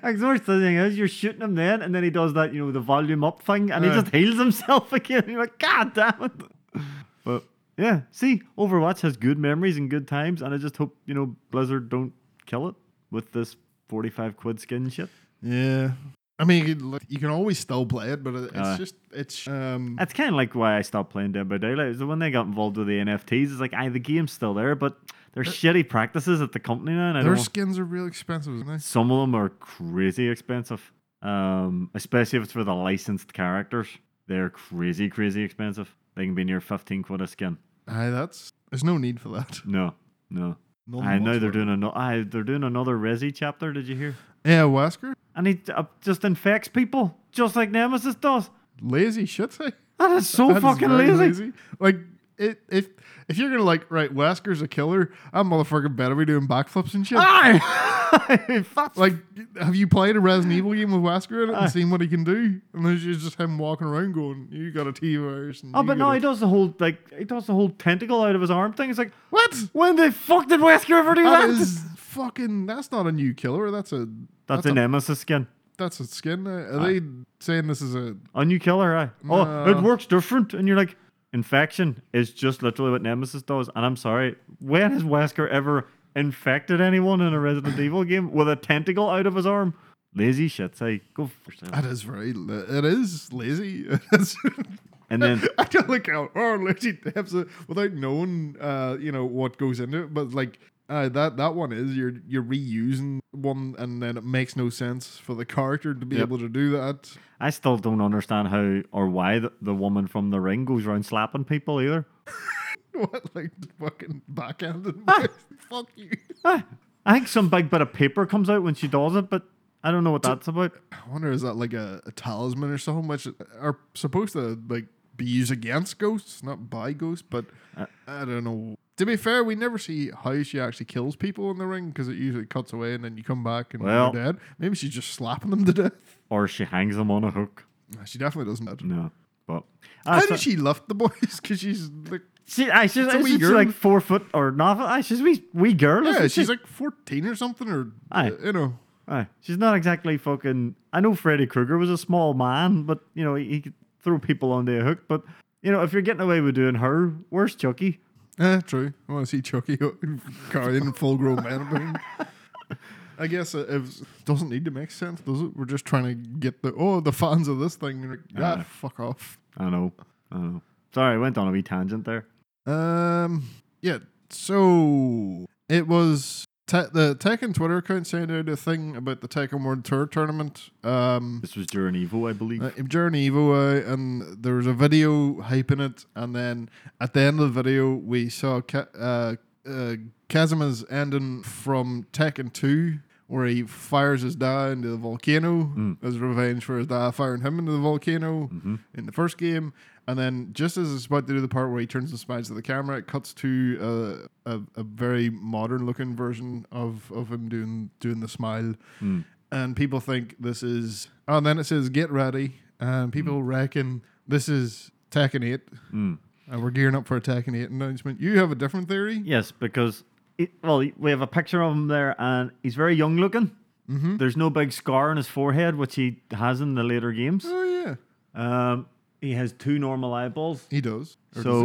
[SPEAKER 2] Like, the worst thing is, you're shooting him then, and then he does that, you know, the volume up thing, and he
[SPEAKER 1] Aye.
[SPEAKER 2] just heals himself again. You're like, God damn it. But yeah, see, Overwatch has good memories and good times, and I just hope, you know, Blizzard don't kill it with this 45 quid skin shit.
[SPEAKER 1] yeah, I mean, you can, like, you can always still play it, but it- it's
[SPEAKER 2] Aye.
[SPEAKER 1] just it's um
[SPEAKER 2] That's kind of like why I stopped playing Dead by Daylight. Is that when they got involved with the NFTs, it's like, aye, the game's still there, but there's shitty practices at the company now. And I
[SPEAKER 1] their
[SPEAKER 2] don't-
[SPEAKER 1] skins are real expensive, isn't they?
[SPEAKER 2] some of them are crazy expensive, um, especially if it's for the licensed characters. They're crazy, crazy expensive. They can be near 15 quid a skin.
[SPEAKER 1] Aye, that's there's no need for that.
[SPEAKER 2] No, no.
[SPEAKER 1] None
[SPEAKER 2] I know they're
[SPEAKER 1] whatsoever.
[SPEAKER 2] doing another. I they're doing another Resi chapter. Did you hear?
[SPEAKER 1] Yeah, Wesker,
[SPEAKER 2] And he uh, just infects people, just like Nemesis does.
[SPEAKER 1] lazy shit. eh?
[SPEAKER 2] That is so
[SPEAKER 1] That is
[SPEAKER 2] fucking
[SPEAKER 1] very
[SPEAKER 2] lazy.
[SPEAKER 1] Like it, if if you're gonna like right, Wesker's a killer. I'm motherfucking better be doing backflips and
[SPEAKER 2] Ah!
[SPEAKER 1] shit.
[SPEAKER 2] Aye, That's
[SPEAKER 1] Like, have you played a Resident Evil game with Wesker in it
[SPEAKER 2] Ah.
[SPEAKER 1] and seen what he can do? And there's just him walking around going, "You got a T-virus." and
[SPEAKER 2] Oh,
[SPEAKER 1] you
[SPEAKER 2] but
[SPEAKER 1] got
[SPEAKER 2] no,
[SPEAKER 1] a
[SPEAKER 2] he does the whole like he does the whole tentacle out of his arm thing. It's like
[SPEAKER 1] What?
[SPEAKER 2] when the fuck did Wesker ever do that?
[SPEAKER 1] That is fucking. That's not a new killer. That's a.
[SPEAKER 2] That's,
[SPEAKER 1] a,
[SPEAKER 2] an Nemesis skin.
[SPEAKER 1] That's a skin.
[SPEAKER 2] Ah.
[SPEAKER 1] Uh, Are they saying this is a?
[SPEAKER 2] A new killer, aye. Oh, it
[SPEAKER 1] No.
[SPEAKER 2] works different, and you're like, infection is just literally what Nemesis does. And I'm sorry, when has Wesker ever infected anyone in a Resident Evil game with a tentacle out of his arm? Lazy shit, say go. F- yourself.
[SPEAKER 1] That is very. la- It is lazy. It's-
[SPEAKER 2] and then
[SPEAKER 1] I don't like how oh lazy devs uh, without knowing uh you know what goes into it, but like. Uh, that that one is you're you're reusing one and then it makes no sense for the character to be
[SPEAKER 2] Yep.
[SPEAKER 1] able to do that.
[SPEAKER 2] I still don't understand how or why the, the woman from the ring goes around slapping people either.
[SPEAKER 1] What, like fucking backhanded? Fuck you.
[SPEAKER 2] Ah, I think some big bit of paper comes out when she does it, but I don't know what that's about.
[SPEAKER 1] I wonder is that like a, a talisman or something which are supposed to like be used against ghosts, not by ghosts, but
[SPEAKER 2] Uh,
[SPEAKER 1] I don't know. To be fair, we never see how she actually kills people in the ring because it usually cuts away and then you come back and
[SPEAKER 2] Well-
[SPEAKER 1] they're dead. Maybe she's just slapping them to death.
[SPEAKER 2] Or she hangs them on a hook.
[SPEAKER 1] Nah, She definitely doesn't. That.
[SPEAKER 2] No. But
[SPEAKER 1] How
[SPEAKER 2] I
[SPEAKER 1] did she left the boys? Because she's like,
[SPEAKER 2] She, I, she's,
[SPEAKER 1] a
[SPEAKER 2] isn't
[SPEAKER 1] wee
[SPEAKER 2] she
[SPEAKER 1] girl.
[SPEAKER 2] like four foot or nothing. I, she's a wee, wee girl.
[SPEAKER 1] yeah,
[SPEAKER 2] isn't
[SPEAKER 1] she's
[SPEAKER 2] she?
[SPEAKER 1] like fourteen or something, or
[SPEAKER 2] Aye.
[SPEAKER 1] you know,
[SPEAKER 2] Aye, she's not exactly fucking. I know Freddy Krueger was a small man, but you know he, he could throw people onto a hook. But you know if you're getting away with doing her, where's Chucky?
[SPEAKER 1] eh, true. I want to see Chucky carrying full grown man. around. I guess it, it's- doesn't need to make sense, does it? We're just trying to get the oh the fans of this thing. Like, ah, fuck off.
[SPEAKER 2] I know. I know. Sorry, I went on a wee tangent there.
[SPEAKER 1] Um, yeah. So it was te- the Tekken Twitter account saying out a thing about the Tekken World Tour tournament. Um,
[SPEAKER 2] This was during Evo, I believe.
[SPEAKER 1] uh, during Evo, uh, and there was a video hyping it, and then at the end of the video, we saw Ka- uh, uh, Kazuma's ending from Tekken 2, where he fires his dad into the volcano as revenge for his dad firing him into the volcano in the first game. And then, just as it's about to do the part where he turns and smiles at the camera, it cuts to a, a, a very modern looking version of, of him doing doing the smile and people think this is. Oh, and then it says get ready, and people
[SPEAKER 2] Mm.
[SPEAKER 1] reckon this is Tekken Eight, and we're gearing up for a Tekken Eight announcement. You have a different theory?
[SPEAKER 2] Yes, because it, well, we have a picture of him there, and he's very young looking. Mm-hmm. There's no big scar on his forehead, which he has in the later games.
[SPEAKER 1] Oh yeah,
[SPEAKER 2] Um, he has two normal eyeballs.
[SPEAKER 1] he does. Or does
[SPEAKER 2] So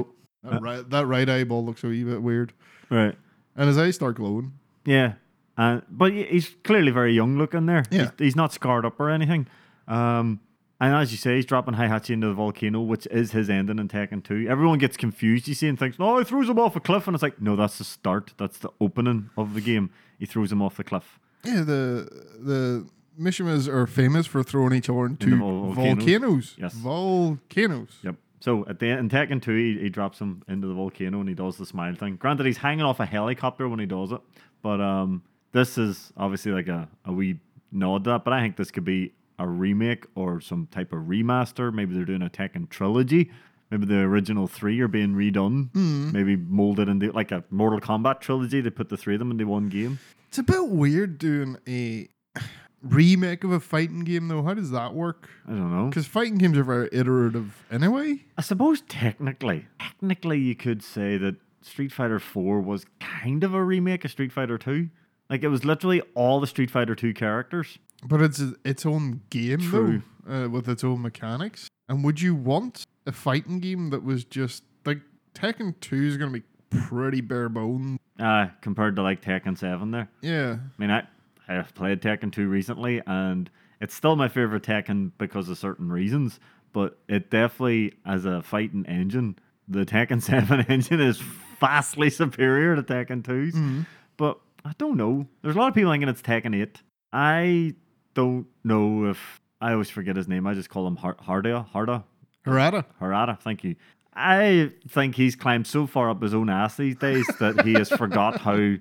[SPEAKER 1] he-
[SPEAKER 2] uh,
[SPEAKER 1] that, right, that right eyeball looks a wee bit weird,
[SPEAKER 2] right,
[SPEAKER 1] and his eyes start glowing.
[SPEAKER 2] yeah, uh, but he- he's clearly very young looking there.
[SPEAKER 1] Yeah.
[SPEAKER 2] He's, he's not scarred up or anything. Um, and as you say, he's dropping Heihachi into the volcano, which is his ending in Tekken 2. Everyone gets confused, you see, and thinks, no, he throws him off a cliff. And it's like, no, that's the start. That's the opening of the game. He throws him off the cliff.
[SPEAKER 1] Yeah, the the Mishimas are famous for throwing each other into
[SPEAKER 2] vol-
[SPEAKER 1] volcanoes.
[SPEAKER 2] volcanoes. Yes.
[SPEAKER 1] volcanoes.
[SPEAKER 2] Yep. So at the in Tekken 2, he, he drops him into the volcano and he does the smile thing. Granted, he's hanging off a helicopter when he does it, but um, this is obviously like a, a wee nod to that. But I think this could be a remake or some type of remaster. Maybe they're doing a Tekken trilogy. Maybe the original three are being redone. Maybe molded into like a Mortal Kombat trilogy. They put the three of them into one game.
[SPEAKER 1] It's a bit weird doing a remake of a fighting game though. How does that work?
[SPEAKER 2] I don't know.
[SPEAKER 1] Because fighting games are very iterative anyway.
[SPEAKER 2] I suppose technically, technically you could say that Street Fighter 4 was kind of a remake of Street Fighter 2. Like it was literally all the Street Fighter 2 characters.
[SPEAKER 1] But it's a- its own game,
[SPEAKER 2] True.
[SPEAKER 1] though, uh, with its own mechanics. And would you want a fighting game that was just like Tekken 2 is going to be pretty bare bones?
[SPEAKER 2] Uh, compared to like Tekken 7 there.
[SPEAKER 1] Yeah.
[SPEAKER 2] I mean, I I have played Tekken 2 recently, and it's still my favorite Tekken because of certain reasons. But it definitely, as a fighting engine, the Tekken 7 engine is vastly superior to Tekken 2's. But I don't know. There's a lot of people thinking it's Tekken 8. I don't know if I always forget his name. I just call him Har- Harda. Harda.
[SPEAKER 1] Harada.
[SPEAKER 2] Harada, thank you. I think he's climbed so far up his own ass these days that he has forgot how,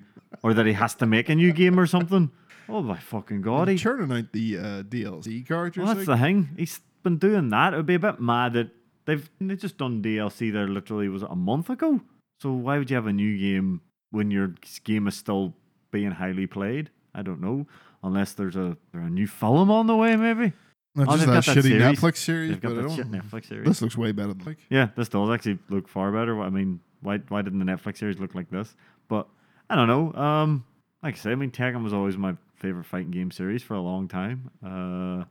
[SPEAKER 2] or that he has to make a new game or something. Oh my fucking god! He,
[SPEAKER 1] Churning out the uh, DLC characters.
[SPEAKER 2] well, that's
[SPEAKER 1] like-
[SPEAKER 2] the thing. He's been doing that. It would be a bit mad that they've they just done DLC there literally was it a month ago. So why would you have a new game when your game is still being highly played? I don't know. Unless there's a there a new film on the way, maybe.
[SPEAKER 1] Not
[SPEAKER 2] Oh,
[SPEAKER 1] just
[SPEAKER 2] they've
[SPEAKER 1] that
[SPEAKER 2] got that
[SPEAKER 1] shitty
[SPEAKER 2] series.
[SPEAKER 1] Netflix series,
[SPEAKER 2] They've
[SPEAKER 1] but
[SPEAKER 2] got
[SPEAKER 1] I
[SPEAKER 2] that
[SPEAKER 1] don't.
[SPEAKER 2] shit Netflix series.
[SPEAKER 1] This looks way better than like.
[SPEAKER 2] Yeah, this does actually look far better. I mean, why why didn't the Netflix series look like this? But I don't know. Um, like I said, I mean, Tekken was always my favorite fighting game series for a long time. Uh,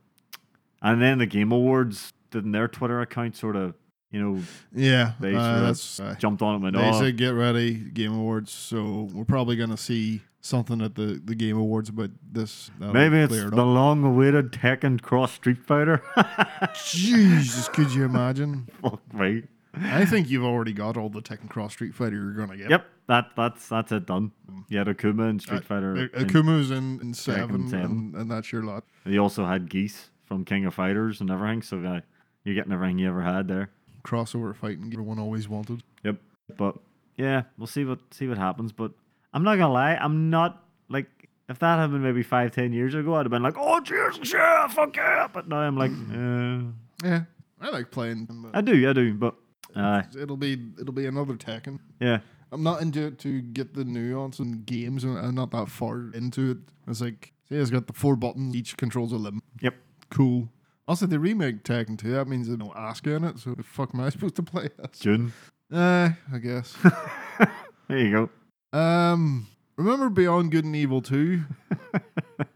[SPEAKER 2] and then the Game Awards didn't their Twitter account sort of you know
[SPEAKER 1] Yeah.
[SPEAKER 2] they
[SPEAKER 1] uh,
[SPEAKER 2] sort of
[SPEAKER 1] that's, uh,
[SPEAKER 2] jumped on it and went,
[SPEAKER 1] they
[SPEAKER 2] "Oh,
[SPEAKER 1] said get ready, Game Awards. So we're probably going to see something at the, the Game Awards about this. uh, That'll
[SPEAKER 2] maybe it's
[SPEAKER 1] clear it
[SPEAKER 2] the
[SPEAKER 1] up.
[SPEAKER 2] long-awaited Tekken Cross Street Fighter."
[SPEAKER 1] Jesus, could you imagine?
[SPEAKER 2] Fuck me.
[SPEAKER 1] I think you've already got all the Tekken Cross Street Fighter you're gonna get.
[SPEAKER 2] Yep, that that's that's it done. Yeah, Akuma and Street Fighter.
[SPEAKER 1] Uh,
[SPEAKER 2] and-
[SPEAKER 1] Akuma's in, in seven,
[SPEAKER 2] seven.
[SPEAKER 1] And, and that's your lot.
[SPEAKER 2] They also had geese from King of Fighters and everything, so uh, you're getting everything you ever had there.
[SPEAKER 1] Crossover fighting everyone always wanted.
[SPEAKER 2] Yep. But yeah, we'll see what see what happens. But I'm not gonna lie, I'm not like if that had been maybe five, ten years ago, I'd have been like, oh cheers, yeah, fuck yeah. But now I'm like, uh,
[SPEAKER 1] Yeah, I like playing. them, but
[SPEAKER 2] I do, I do. But uh,
[SPEAKER 1] it'll be it'll be another Tekken.
[SPEAKER 2] yeah,
[SPEAKER 1] I'm not into it to get the nuance in games, and I'm not that far into it. It's like see, it's got the four buttons, each controls a limb.
[SPEAKER 2] yep.
[SPEAKER 1] Cool. Also, they remake Tekken 2. That means there's no Asuka in it. So the fuck am I supposed to play this?
[SPEAKER 2] June.
[SPEAKER 1] Uh, I guess.
[SPEAKER 2] There you go.
[SPEAKER 1] Um, remember Beyond Good and Evil 2?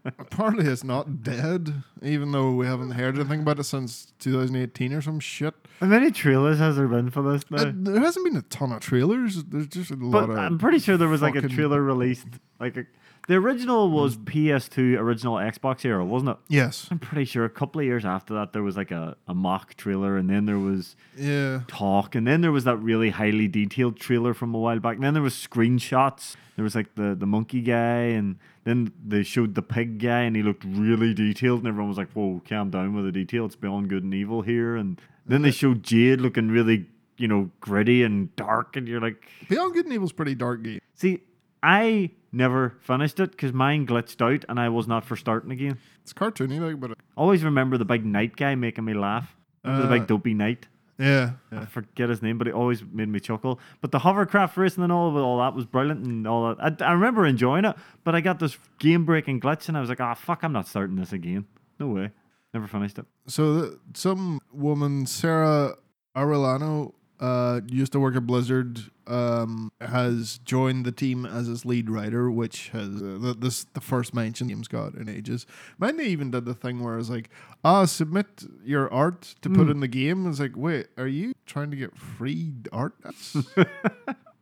[SPEAKER 1] Apparently, it's not dead, even though we haven't heard anything about it since 2018 or some shit.
[SPEAKER 2] How many trailers has there been for this now?
[SPEAKER 1] Uh, um, there hasn't been a ton of trailers. There's just a lot
[SPEAKER 2] but
[SPEAKER 1] of.
[SPEAKER 2] I'm pretty sure there was like a
[SPEAKER 1] fucking-
[SPEAKER 2] trailer released, like a, The original was PS2, original Xbox era, wasn't it?
[SPEAKER 1] Yes.
[SPEAKER 2] I'm pretty sure a couple of years after that, there was like a, a mock trailer, and then there was
[SPEAKER 1] Yeah.
[SPEAKER 2] talk, and then there was that really highly detailed trailer from a while back. And then there was screenshots. There was like the, the monkey guy, and then they showed the pig guy, and he looked really detailed, and everyone was like, "Whoa, calm down with the detail. It's beyond good and evil here." And then they showed Jade looking really, you know, gritty and dark, and you're like,
[SPEAKER 1] Beyond Good and Evil's pretty dark game.
[SPEAKER 2] "See, I never finished it because mine glitched out, and I was not for starting again."
[SPEAKER 1] It's cartoony, like, but uh,
[SPEAKER 2] Always remember the big night guy making me laugh. Remember the
[SPEAKER 1] Uh,
[SPEAKER 2] big dopey knight.
[SPEAKER 1] yeah.
[SPEAKER 2] I forget his name, but it always made me chuckle. But the hovercraft racing and all of it- all that was brilliant and all that. I, I remember enjoying it, but I got this game breaking glitch and I was like, ah, fuck, I'm not starting this again. No way. Never finished it.
[SPEAKER 1] So th- some woman, Sarah Arellano, uh, used to work at Blizzard, um, has joined the team as its lead writer, which has uh, th- this the first mention games got in ages. Man, they even did the thing where it's like, ah, submit your art to put in the game. It's like, wait, are you trying to get free art? That's from-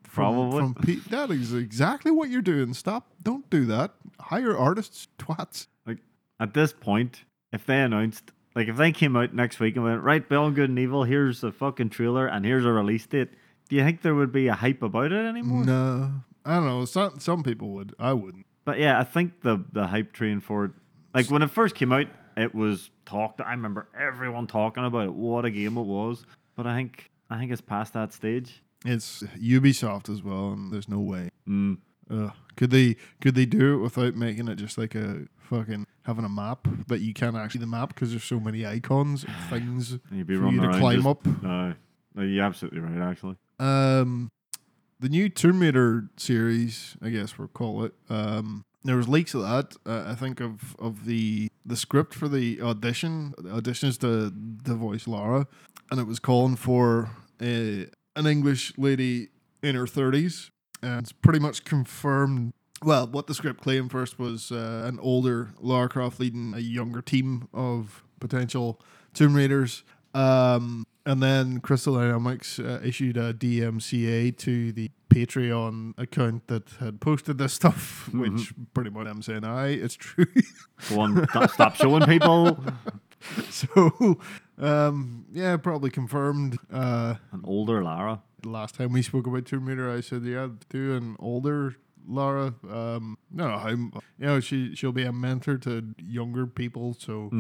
[SPEAKER 2] Probably.
[SPEAKER 1] from P- that is exactly what you're doing. Stop! Don't do that. Hire artists, twats.
[SPEAKER 2] Like at this point, if they announced, like if they came out next week and went, right, Beyond Good and Evil, here's the fucking trailer and here's a release date, do you think there would be a hype about it anymore?
[SPEAKER 1] No, I don't know. Some some people would. I wouldn't.
[SPEAKER 2] But yeah, I think the the hype train for it, like when it first came out, it was talked. I remember everyone talking about it. What a game it was. But I think I think it's past that stage.
[SPEAKER 1] It's Ubisoft as well, and there's no way.
[SPEAKER 2] Mm.
[SPEAKER 1] Ugh. Could they could they do it without making it just like a fucking having a map that you can't actually see the map because there's so many icons and things
[SPEAKER 2] And you'd
[SPEAKER 1] for
[SPEAKER 2] be
[SPEAKER 1] you
[SPEAKER 2] running
[SPEAKER 1] to
[SPEAKER 2] around.
[SPEAKER 1] climb
[SPEAKER 2] just-
[SPEAKER 1] up?
[SPEAKER 2] No, no, you're absolutely right. Actually,
[SPEAKER 1] Um, the new Tomb Raider series, I guess we'll call it. Um, there was leaks of that. Uh, I think of of the the script for the audition. The audition is to the voice Lara, and it was calling for a, an English lady in her thirties. And it's pretty much confirmed. Well, what the script claimed first was uh, an older Lara Croft leading a younger team of potential Tomb Raiders. Um, and then Crystal Dynamics uh, issued a DMCA to the Patreon account that had posted this stuff, which pretty much I'm saying, aye, it's true.
[SPEAKER 2] go on, stop, stop showing people
[SPEAKER 1] so, um, yeah, probably confirmed. Uh,
[SPEAKER 2] an older Lara.
[SPEAKER 1] the last time we spoke about Tomb Raider, I said, yeah, do an older Lara. Um, no, I'm, you know, she she'll be a mentor to younger people. So,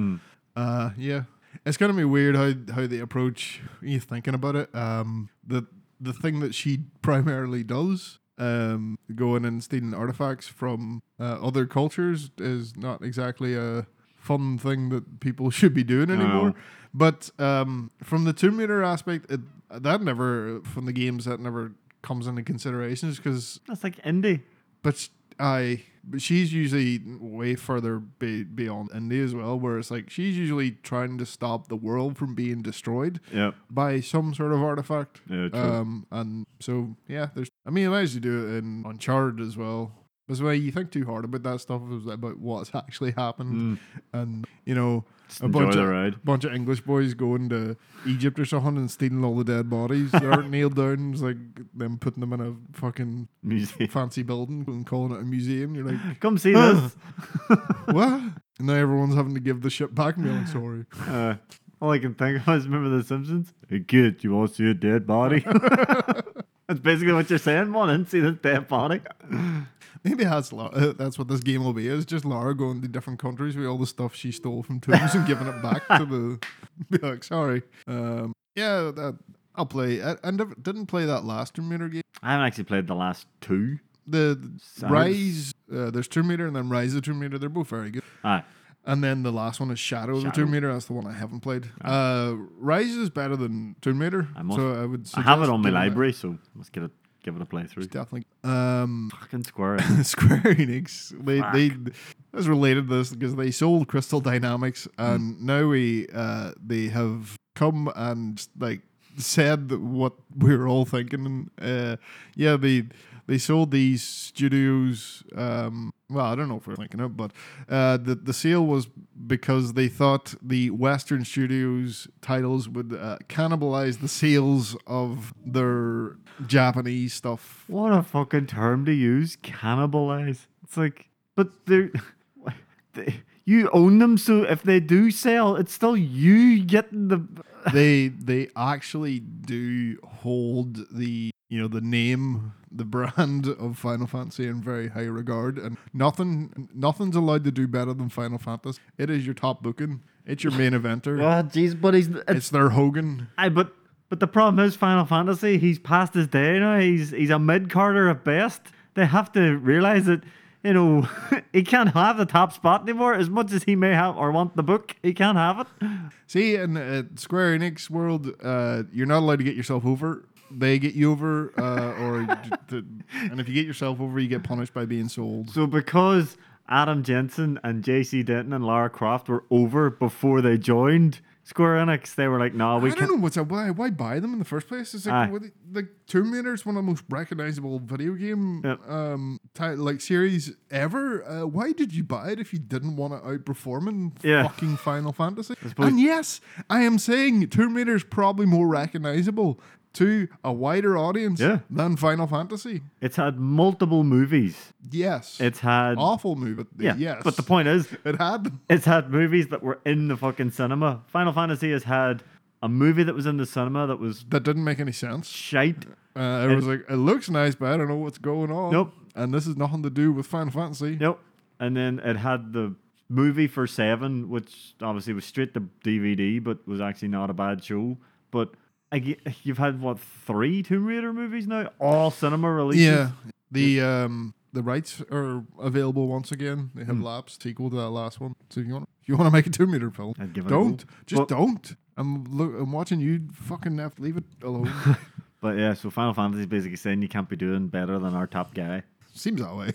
[SPEAKER 1] uh, yeah, it's gonna be weird how how they approach you thinking about it. Um, the the thing that she primarily does. Um, going and stealing artifacts from uh, other cultures is not exactly a fun thing that people should be doing anymore. But um, from the Tomb Raider aspect, it, that never from the games that never comes into considerations because
[SPEAKER 2] That's like indie.
[SPEAKER 1] but s- I but she's usually way further be, beyond indie as well, where it's like she's usually trying to stop the world from being destroyed
[SPEAKER 2] Yeah,
[SPEAKER 1] by some sort of artifact.
[SPEAKER 2] yeah, true.
[SPEAKER 1] Um, and so yeah, there's I mean, I usually do it in Uncharted as well. That's why you think too hard about that stuff is about what's actually happened, and you know
[SPEAKER 2] Hmm. Just
[SPEAKER 1] a
[SPEAKER 2] enjoy
[SPEAKER 1] bunch
[SPEAKER 2] the
[SPEAKER 1] of-
[SPEAKER 2] ride.
[SPEAKER 1] bunch of English boys going to Egypt or something and stealing all the dead bodies that are nailed down. It's like them putting them in a fucking
[SPEAKER 2] Music.
[SPEAKER 1] fancy building and calling it a museum. You're like,
[SPEAKER 2] Come see this.
[SPEAKER 1] what? And now everyone's having to give the shit back. Me, I'm sorry.
[SPEAKER 2] Uh, all I can think of is remember The Simpsons. Hey kid, you want to see a dead body? That's basically what you're saying. Man, I didn't see this dead body.
[SPEAKER 1] Maybe that's Lara, uh, that's what this game will be. It's just Lara going to different countries with all the stuff she stole from tombs and giving it back to the. Be like, sorry. Um, yeah, that I'll play. I, I never, didn't play that last Tomb Raider game.
[SPEAKER 2] I haven't actually played the last two.
[SPEAKER 1] The, the
[SPEAKER 2] Sounds-
[SPEAKER 1] Rise, uh, there's Tomb Raider and then Rise of Tomb Raider. They're both very good.
[SPEAKER 2] Aye.
[SPEAKER 1] And then the last one is Shadow, of the
[SPEAKER 2] Shadow.
[SPEAKER 1] Tomb Raider. That's the one I haven't played. Uh, Rise is better than Tomb Raider,
[SPEAKER 2] I must-
[SPEAKER 1] so I would.
[SPEAKER 2] I have it
[SPEAKER 1] suggest
[SPEAKER 2] on my
[SPEAKER 1] giving
[SPEAKER 2] library, so let's get it, give it a playthrough.
[SPEAKER 1] Definitely. Um,
[SPEAKER 2] Fucking square.
[SPEAKER 1] Square Enix. They they that's related to this because they sold Crystal Dynamics and now we uh they have come and like said that what we were all thinking. Uh, yeah, they they sold these studios. Um, well, I don't know if we're thinking it, but uh, the the sale was because they thought the Western studios titles would uh, cannibalize the sales of their Japanese stuff.
[SPEAKER 2] what a fucking term to use, cannibalize. It's like But they're. They, you own them, so if they do sell, it's still you getting the.
[SPEAKER 1] they they actually do hold the you know the name the brand of Final Fantasy in very high regard and nothing nothing's allowed to do better than Final Fantasy. It is your top booking. It's your main eventer.
[SPEAKER 2] Oh, jeez, but he's.
[SPEAKER 1] It's their Hogan.
[SPEAKER 2] I but but the problem is Final Fantasy. He's past his day now. He's he's a mid carder at best. They have to realize that you know he can't have the top spot anymore. As much as he may have or want the book, he can't have it.
[SPEAKER 1] See, in uh, Square Enix world, uh, you're not allowed to get yourself over. They get you over, uh, or d- d- and if you get yourself over, you get punished by being sold.
[SPEAKER 2] So because Adam Jensen and J.C. Denton and Lara Croft were over before they joined Square Enix, they were like, "No, we
[SPEAKER 1] I don't
[SPEAKER 2] can't."
[SPEAKER 1] know what's up. Why, why buy them in the first place? It's
[SPEAKER 2] Aye.
[SPEAKER 1] like, what, like Tomb Raider is one of the most recognizable video game
[SPEAKER 2] Yep.
[SPEAKER 1] um, ti- like series ever. Uh, why did you buy it if you didn't want to outperforming
[SPEAKER 2] Yeah.
[SPEAKER 1] fucking Final Fantasy?
[SPEAKER 2] suppose-
[SPEAKER 1] And yes, I am saying Tomb Raider is probably more recognizable to a wider audience
[SPEAKER 2] Yeah.
[SPEAKER 1] than Final Fantasy.
[SPEAKER 2] It's had multiple movies.
[SPEAKER 1] Yes,
[SPEAKER 2] It's had
[SPEAKER 1] awful movie. but
[SPEAKER 2] yeah.
[SPEAKER 1] Oh, yes,
[SPEAKER 2] But the point is,
[SPEAKER 1] it had them.
[SPEAKER 2] it's had movies that were in the fucking cinema. Final Fantasy has had a movie that was in the cinema that was
[SPEAKER 1] that didn't make any sense.
[SPEAKER 2] shite.
[SPEAKER 1] Uh, it was like it looks nice, but I don't know what's going on.
[SPEAKER 2] Nope.
[SPEAKER 1] And this is nothing to do with Final Fantasy.
[SPEAKER 2] Nope. And then it had the movie for Seven, which obviously was straight to DVD, but was actually not a bad show. But aga you've had what three Tomb Raider movies now, all cinema releases.
[SPEAKER 1] Yeah. The um the rights are available once again. They
[SPEAKER 2] Hmm.
[SPEAKER 1] have lapsed sequel to that last one. So if you want if you want to make a two meter film,
[SPEAKER 2] I'd give it a go.
[SPEAKER 1] don't just
[SPEAKER 2] Well-
[SPEAKER 1] don't. I'm look, I'm watching you fucking have to leave it alone.
[SPEAKER 2] But yeah, so Final Fantasy is basically saying you can't be doing better than our top guy, Hmm.
[SPEAKER 1] Seems that way.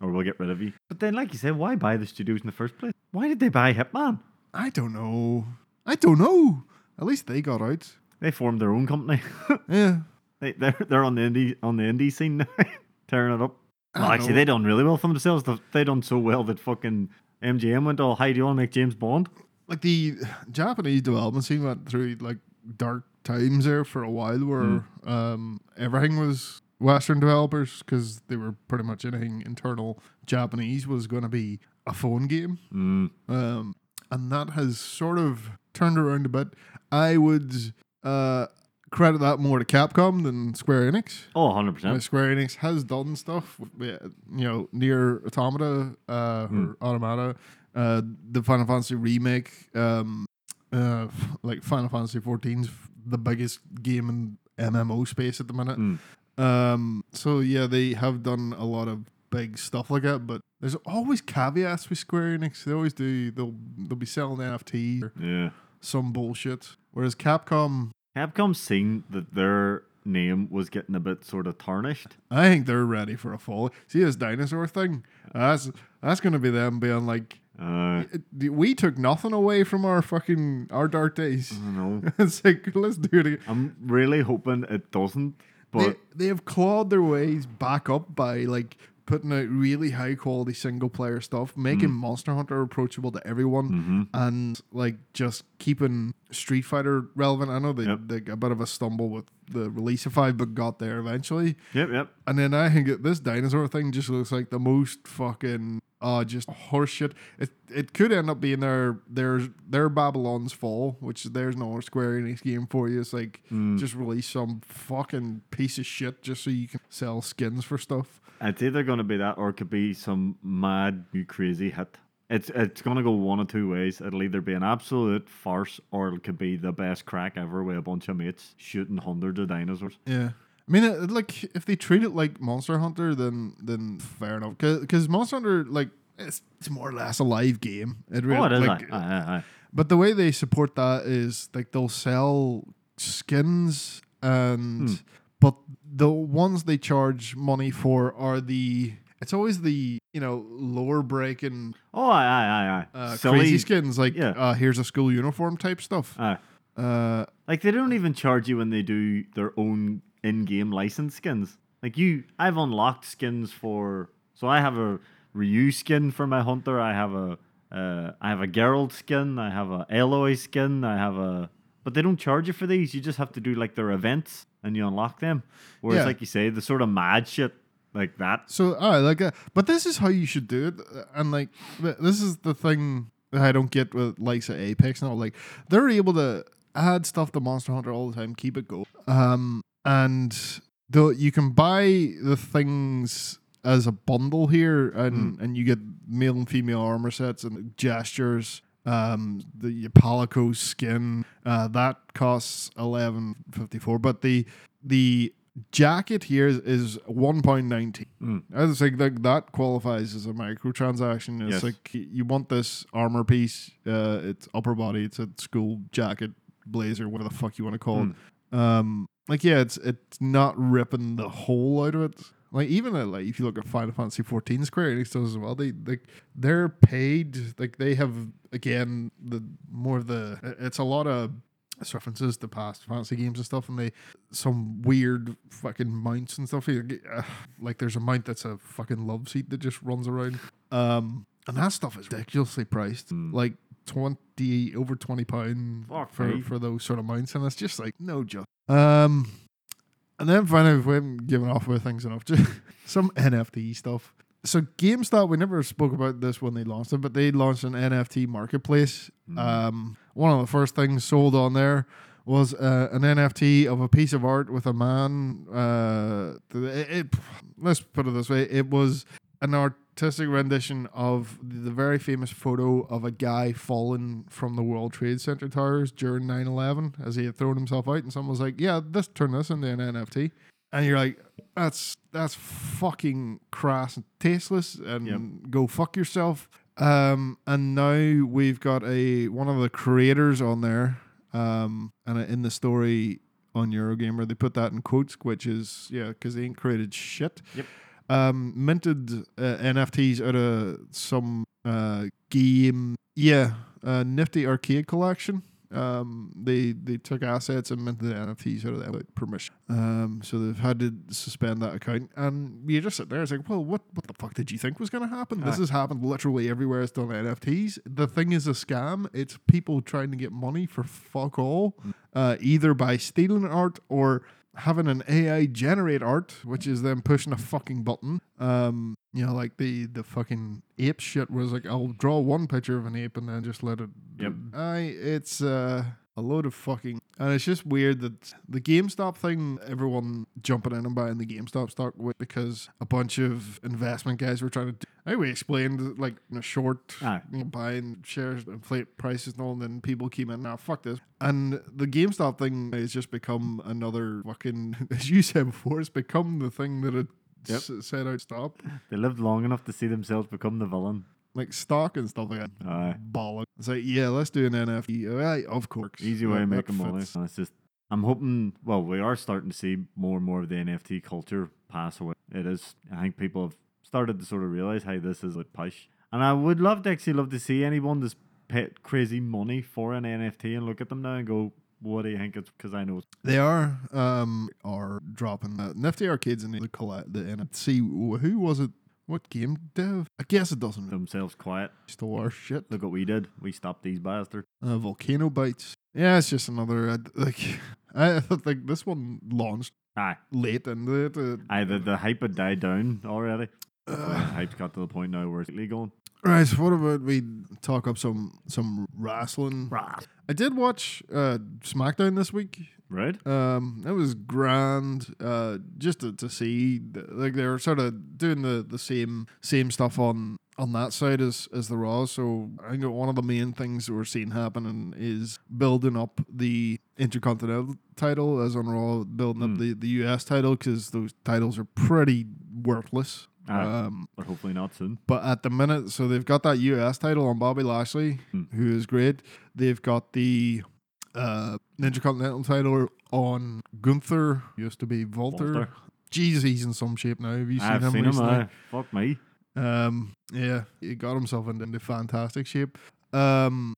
[SPEAKER 2] or we'll get rid of you. But then, like you said, why buy the studios in the first place? Why did they buy Hitman?
[SPEAKER 1] I don't know. I don't know. At least they got out.
[SPEAKER 2] They formed their own company.
[SPEAKER 1] Yeah.
[SPEAKER 2] They, they're they're on the indie on the indie scene now, tearing it up.
[SPEAKER 1] I
[SPEAKER 2] Well, actually,
[SPEAKER 1] know.
[SPEAKER 2] they done really well for themselves. They- They done so well that fucking MGM went all hide you on like James Bond.
[SPEAKER 1] like the Japanese development scene went through like dark times there for a while, where um, everything was Western developers because they were pretty much anything internal Japanese was going to be a phone game, um, and that has sort of turned around a bit. I would uh, credit that more to Capcom than Square Enix.
[SPEAKER 2] Oh, 100
[SPEAKER 1] Uh,
[SPEAKER 2] percent.
[SPEAKER 1] Square Enix has done stuff, with, uh, you know, near Automata uh, or Automata, uh, the Final Fantasy remake, um, uh, f- like Final Fantasy 14's the biggest game in MMO space at the minute. Um, so yeah, they have done a lot of big stuff like that, but there's always caveats with Square Enix. They always do. They'll they'll be selling NFT or
[SPEAKER 2] Yeah.
[SPEAKER 1] some bullshit. Whereas Capcom,
[SPEAKER 2] Capcom seen that their name was getting a bit sort of tarnished.
[SPEAKER 1] I think they're ready for a fall. See this dinosaur thing? That's that's gonna be them being like,
[SPEAKER 2] Uh,
[SPEAKER 1] we took nothing away from our fucking our dark days.
[SPEAKER 2] I don't know.
[SPEAKER 1] it's like let's do it. Again.
[SPEAKER 2] I'm really hoping it doesn't.
[SPEAKER 1] They,
[SPEAKER 2] But
[SPEAKER 1] they have clawed their ways back up by like putting out really high quality single player stuff,
[SPEAKER 2] Mm.
[SPEAKER 1] making Monster Hunter approachable to everyone,
[SPEAKER 2] Mm-hmm.
[SPEAKER 1] and like just keeping Street Fighter relevant. I know they,
[SPEAKER 2] Yep.
[SPEAKER 1] they got a bit of a stumble with the release of five, but got there eventually.
[SPEAKER 2] yep, yep.
[SPEAKER 1] And then I think that this dinosaur thing just looks like the most fucking uh just horseshit. It it could end up being their their their Babylon's fall, which there's no Square Enix game for you. It's like just release some fucking piece of shit just so you can sell skins for stuff.
[SPEAKER 2] It's either going to be that, or it could be some mad, new crazy hit. It's it's going to go one of two ways. It'll either be an absolute farce, or it could be the best crack ever with a bunch of mates shooting hundreds of dinosaurs.
[SPEAKER 1] Yeah. I mean, it, like if they treat it like Monster Hunter, then then fair enough. Because Monster Hunter, like, it's, it's more or less a live game. It really,
[SPEAKER 2] Oh, it is.
[SPEAKER 1] like, uh,
[SPEAKER 2] aye, aye, aye.
[SPEAKER 1] But the way they support that is like they'll sell skins
[SPEAKER 2] Hmm.
[SPEAKER 1] and but the ones they charge money for are the it's always the you know lore breaking
[SPEAKER 2] Oh, aye, aye, aye, aye.
[SPEAKER 1] uh,
[SPEAKER 2] Silly.
[SPEAKER 1] crazy skins like
[SPEAKER 2] Yeah.
[SPEAKER 1] uh, here's a school uniform type stuff.
[SPEAKER 2] Aye.
[SPEAKER 1] Uh,
[SPEAKER 2] Like they don't even charge you when they do their own in-game license skins. Like you, I've unlocked skins for. So I have a Ryu skin for my hunter. I have a, uh, I have a Geralt skin. I have a Aloy skin. I have a. But they don't charge you for these. You just have to do like their events and you unlock them. Whereas,
[SPEAKER 1] Yeah.
[SPEAKER 2] like you say, the sort of mad shit like that.
[SPEAKER 1] So I like, uh, but this is how you should do it, uh, and like, th- this is the thing that I don't get with likes of Apex and all. Like, they're able to add stuff to Monster Hunter all the time, keep it going, um, and though you can buy the things as a bundle here, and and you get male and female armor sets and gestures. Um, the your Palico skin uh, that costs eleven fifty four, but the the jacket here is, is one pound ninety. I was like that, that qualifies as a microtransaction. It's
[SPEAKER 2] Yes.
[SPEAKER 1] like y- you want this armor piece. Uh, it's upper body. It's a school jacket, blazer, whatever the fuck you want to call it. Um, like yeah, it's it's not ripping the whole out of it. Like even at, like if you look at Final Fantasy fourteen, Square Enix does as well. They like they're paid. Like they have again the more of the. it- It's a lot of it's references to past fantasy games and stuff, and they some weird fucking mounts and stuff. Like, uh, like there's a mount that's a fucking love seat that just runs around, um, and that stuff is ridiculously priced, like twenty over twenty pound
[SPEAKER 2] Hmm. Fuck
[SPEAKER 1] for,
[SPEAKER 2] me.
[SPEAKER 1] for those sort of mounts, and it's just like no just. Um, and then finally, we haven't given off with things enough. Just some NFT stuff. So GameStop, we never spoke about this when they launched it, but they launched an NFT marketplace.
[SPEAKER 2] Hmm.
[SPEAKER 1] Um, one of the first things sold on there was uh, an NFT of a piece of art with a man. Uh, it, it, let's put it this way: it was an artistic rendition of the very famous photo of a guy fallen from the World Trade Center towers during 9/11 as he had thrown himself out, and someone was like, "Yeah, this turn this into an NFT," and you're like, "That's that's fucking crass and tasteless, and go fuck yourself." Um, and now we've got a one of the creators on there, um, and in the story on Eurogamer they put that in quotes, which is yeah, because they ain't created shit um, minted uh, NFTs out of some uh, game. Yeah, uh, Nifty Arcade Collection. Um, they they took assets and minted NFTs out of that without permission. Um, so they've had to suspend that account. And you just sit there, it's like, well, what what the fuck did you think was going to happen? This has happened literally everywhere. It's done NFTs. The thing is a scam. It's people trying to get money for fuck all, uh, either by stealing art or having an AI generate art, which is them pushing a fucking button. Um, you know, like the the fucking ape shit was like, I'll draw one picture of an ape and then just let it.
[SPEAKER 2] Yep.
[SPEAKER 1] I it's uh, a load of fucking, and it's just weird that the GameStop thing, everyone jumping in and buying the GameStop stock with because a bunch of investment guys were trying to. Do, I think we explained like in a short
[SPEAKER 2] Aye.
[SPEAKER 1] you know, buying shares, inflate prices and all, and then people came in, now fuck this. And the GameStop thing has just become another fucking, as you said before, it's become the thing that it
[SPEAKER 2] Yep.
[SPEAKER 1] s- said out stop.
[SPEAKER 2] They lived long enough to see themselves become the villain.
[SPEAKER 1] Like stock and stuff like that.
[SPEAKER 2] Aye.
[SPEAKER 1] Bollock. It's like, yeah, let's do an NFT. Right, of course.
[SPEAKER 2] Easy
[SPEAKER 1] Yeah,
[SPEAKER 2] way of
[SPEAKER 1] that
[SPEAKER 2] making money.
[SPEAKER 1] fits.
[SPEAKER 2] And it's just, I'm hoping, well, we are starting to see more and more of the NFT culture pass away. It is, I think people have started to sort of realize how this is a push. And I would love to actually love to see anyone that's paid crazy money for an NFT and look at them now and go, what do you think? It's because I know. it's-"
[SPEAKER 1] They are um are dropping that Nifty Arcade's in the colla- the NFC. Who was it? What game dev? I guess it doesn't.
[SPEAKER 2] Themselves quiet.
[SPEAKER 1] Still our shit.
[SPEAKER 2] Look what we did. We stopped these bastards.
[SPEAKER 1] uh, volcano bites. Yeah, it's just another uh, like I think this one launched
[SPEAKER 2] Aye.
[SPEAKER 1] late and it. Uh,
[SPEAKER 2] Either the hype had died down already. or the
[SPEAKER 1] uh,
[SPEAKER 2] hype's got to the point now where it's really going.
[SPEAKER 1] right, so what about we talk up some some wrestling? I did watch uh, SmackDown this week.
[SPEAKER 2] Right?
[SPEAKER 1] Um, it was grand. Uh, just to, to see th- like they were sort of doing the, the same same stuff on on that side as as the Raw. So I think one of the main things that we're seeing happening is building up the Intercontinental title as on Raw, building up the the US title because those titles are pretty worthless.
[SPEAKER 2] Aye.
[SPEAKER 1] Um,
[SPEAKER 2] But hopefully not soon.
[SPEAKER 1] but at the minute, so they've got that US title on Bobby Lashley, who is great. They've got the uh, Intercontinental title on Gunther, used to be Volter.
[SPEAKER 2] Walter.
[SPEAKER 1] Jesus, he's in some shape now. Have you seen
[SPEAKER 2] I've
[SPEAKER 1] him
[SPEAKER 2] seen him.
[SPEAKER 1] recently?
[SPEAKER 2] aye. Fuck me.
[SPEAKER 1] Um, yeah, he got himself into, into fantastic shape. Um,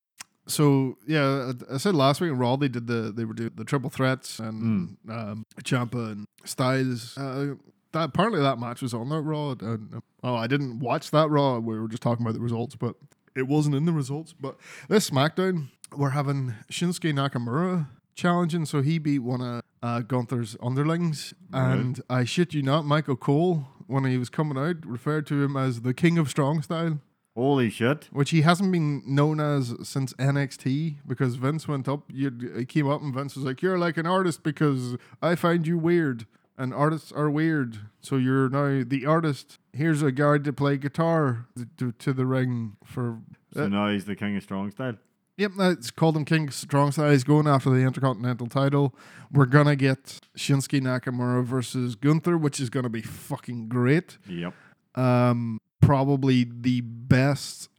[SPEAKER 1] so yeah, I, I said last week in Raw they did the they were doing the triple threats and um, Champa and Styles. Uh, that apparently that match was on that Raw. And, uh, oh, I didn't watch that Raw. We were just talking about the results, but it wasn't in the results. But this SmackDown, we're having Shinsuke Nakamura challenging. So he beat one of uh, Gunther's underlings, and I shit you not, Michael Cole when he was coming out, referred to him as the King of Strong Style,
[SPEAKER 2] Holy shit.
[SPEAKER 1] which he hasn't been known as since NXT because Vince went up, you he came up, and Vince was like, "You're like an artist because I find you weird, and artists are weird, so you're now the artist." Here's a guard to play guitar to, to the ring for.
[SPEAKER 2] So now he's the king of strong style.
[SPEAKER 1] Yep, that's called him King Strong Style. He's going after the Intercontinental title. We're gonna get Shinsuke Nakamura versus Gunther, which is gonna be fucking great.
[SPEAKER 2] Yep.
[SPEAKER 1] Um, probably the best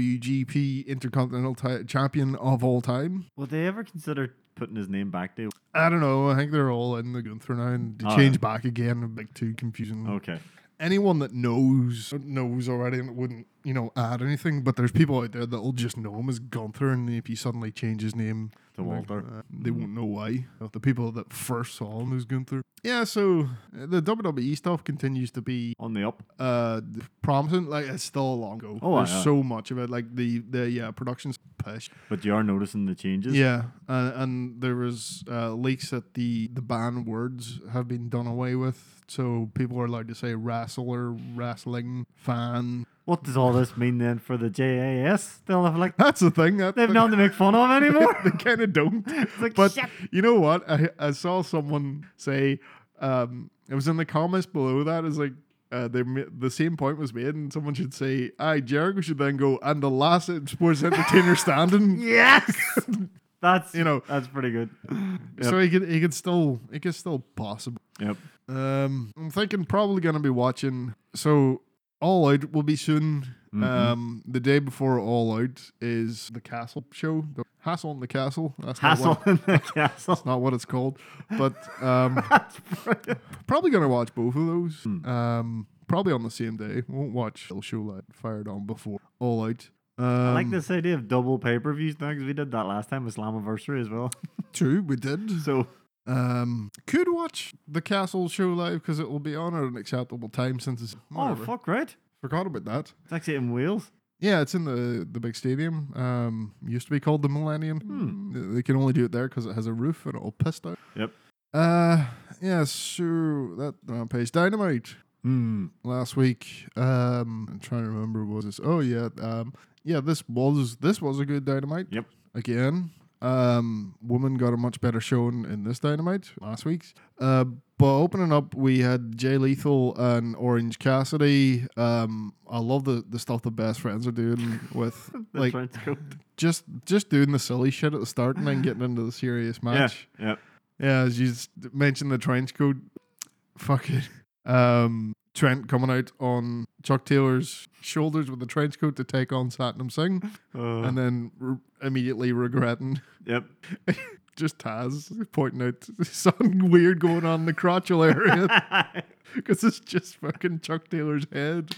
[SPEAKER 1] IWGP Intercontinental ti- champion of all time.
[SPEAKER 2] Would they ever consider putting his name back to?
[SPEAKER 1] I don't know. I think they're all in the Gunther now, and to
[SPEAKER 2] Oh,
[SPEAKER 1] change
[SPEAKER 2] yeah. Oh.
[SPEAKER 1] back again would be too confusing.
[SPEAKER 2] Okay.
[SPEAKER 1] Anyone that knows knows already and wouldn't you know add anything, but there's people out there that'll just know him as Gunther, and if he suddenly changes name.
[SPEAKER 2] To Walter.
[SPEAKER 1] Uh, they won't know why. The people that first saw him was Gunther. Yeah, so uh, the WWE stuff continues to be
[SPEAKER 2] On the up.
[SPEAKER 1] uh d- promising. Like it's still a long go.
[SPEAKER 2] Oh,
[SPEAKER 1] There's
[SPEAKER 2] aye, aye.
[SPEAKER 1] so much of it. Like the the yeah production's push.
[SPEAKER 2] But you are noticing the changes.
[SPEAKER 1] Yeah, uh, and there was uh, leaks that the the banned words have been done away with, so people are allowed to say wrestler, wrestling, fan.
[SPEAKER 2] What does all this mean then for the JAS? They'll have like
[SPEAKER 1] That's the thing. That
[SPEAKER 2] they've nothing to make fun of anymore.
[SPEAKER 1] they kind of don't.
[SPEAKER 2] like,
[SPEAKER 1] but
[SPEAKER 2] "Shit."
[SPEAKER 1] you know what? I, I saw someone say um, it was in the comments below that is like uh, they ma- the same point was made, and someone should say, "I Jericho should then go and the last sports entertainer standing."
[SPEAKER 2] yes. That's
[SPEAKER 1] You know.
[SPEAKER 2] that's pretty good.
[SPEAKER 1] So he could he could still it could still possible.
[SPEAKER 2] Yep.
[SPEAKER 1] Um, I'm thinking probably gonna be watching. So All Out will be soon.
[SPEAKER 2] Mm-hmm.
[SPEAKER 1] Um, the day before All Out is the Castle show. The Hassle in the Castle. That's not what-
[SPEAKER 2] Castle in the castle.
[SPEAKER 1] not what it's called, but um,
[SPEAKER 2] That's brilliant. Hmm.
[SPEAKER 1] probably gonna watch both of those. Um, probably on the same day. Won't watch the show that fired on before All Out. Um,
[SPEAKER 2] I like this idea of double pay per views now because we did that last time with Slammiversary as well.
[SPEAKER 1] True, we did.
[SPEAKER 2] So
[SPEAKER 1] Um, could watch the Castle show live because it will be on at an acceptable time since it's.
[SPEAKER 2] oh
[SPEAKER 1] whatever.
[SPEAKER 2] fuck right,
[SPEAKER 1] Forgot about that.
[SPEAKER 2] it's actually in Wales.
[SPEAKER 1] Yeah, it's in the the big stadium. Um, used to be called the Millennium. They- They can only do it there because it has a roof and it all pissed out.
[SPEAKER 2] Hmm. Yep.
[SPEAKER 1] Uh, yeah, so that Rampage Dynamite.
[SPEAKER 2] Hmm.
[SPEAKER 1] last week. Um, I'm trying to remember what was this. Oh yeah, um, yeah. This was this was a good dynamite.
[SPEAKER 2] Yep.
[SPEAKER 1] Again, um, woman got a much better showing in this dynamite last week's. Uh, but opening up, we had Jay Lethal and Orange Cassidy. Um, I love the the stuff the best friends are doing with
[SPEAKER 2] The
[SPEAKER 1] like
[SPEAKER 2] trench coat.
[SPEAKER 1] just just doing the silly shit at the start and then getting into the serious
[SPEAKER 2] Yeah.
[SPEAKER 1] match.
[SPEAKER 2] Yep.
[SPEAKER 1] Yeah, as you s- mentioned the trench coat. Fuck it. Um, Trent coming out on Chuck Taylor's shoulders with the trench coat to take on Satnam Singh,
[SPEAKER 2] Uh,
[SPEAKER 1] and then re- immediately regretting.
[SPEAKER 2] yep.
[SPEAKER 1] Just Taz pointing out something weird going on in the crotchal area because it's just fucking Chuck Taylor's head.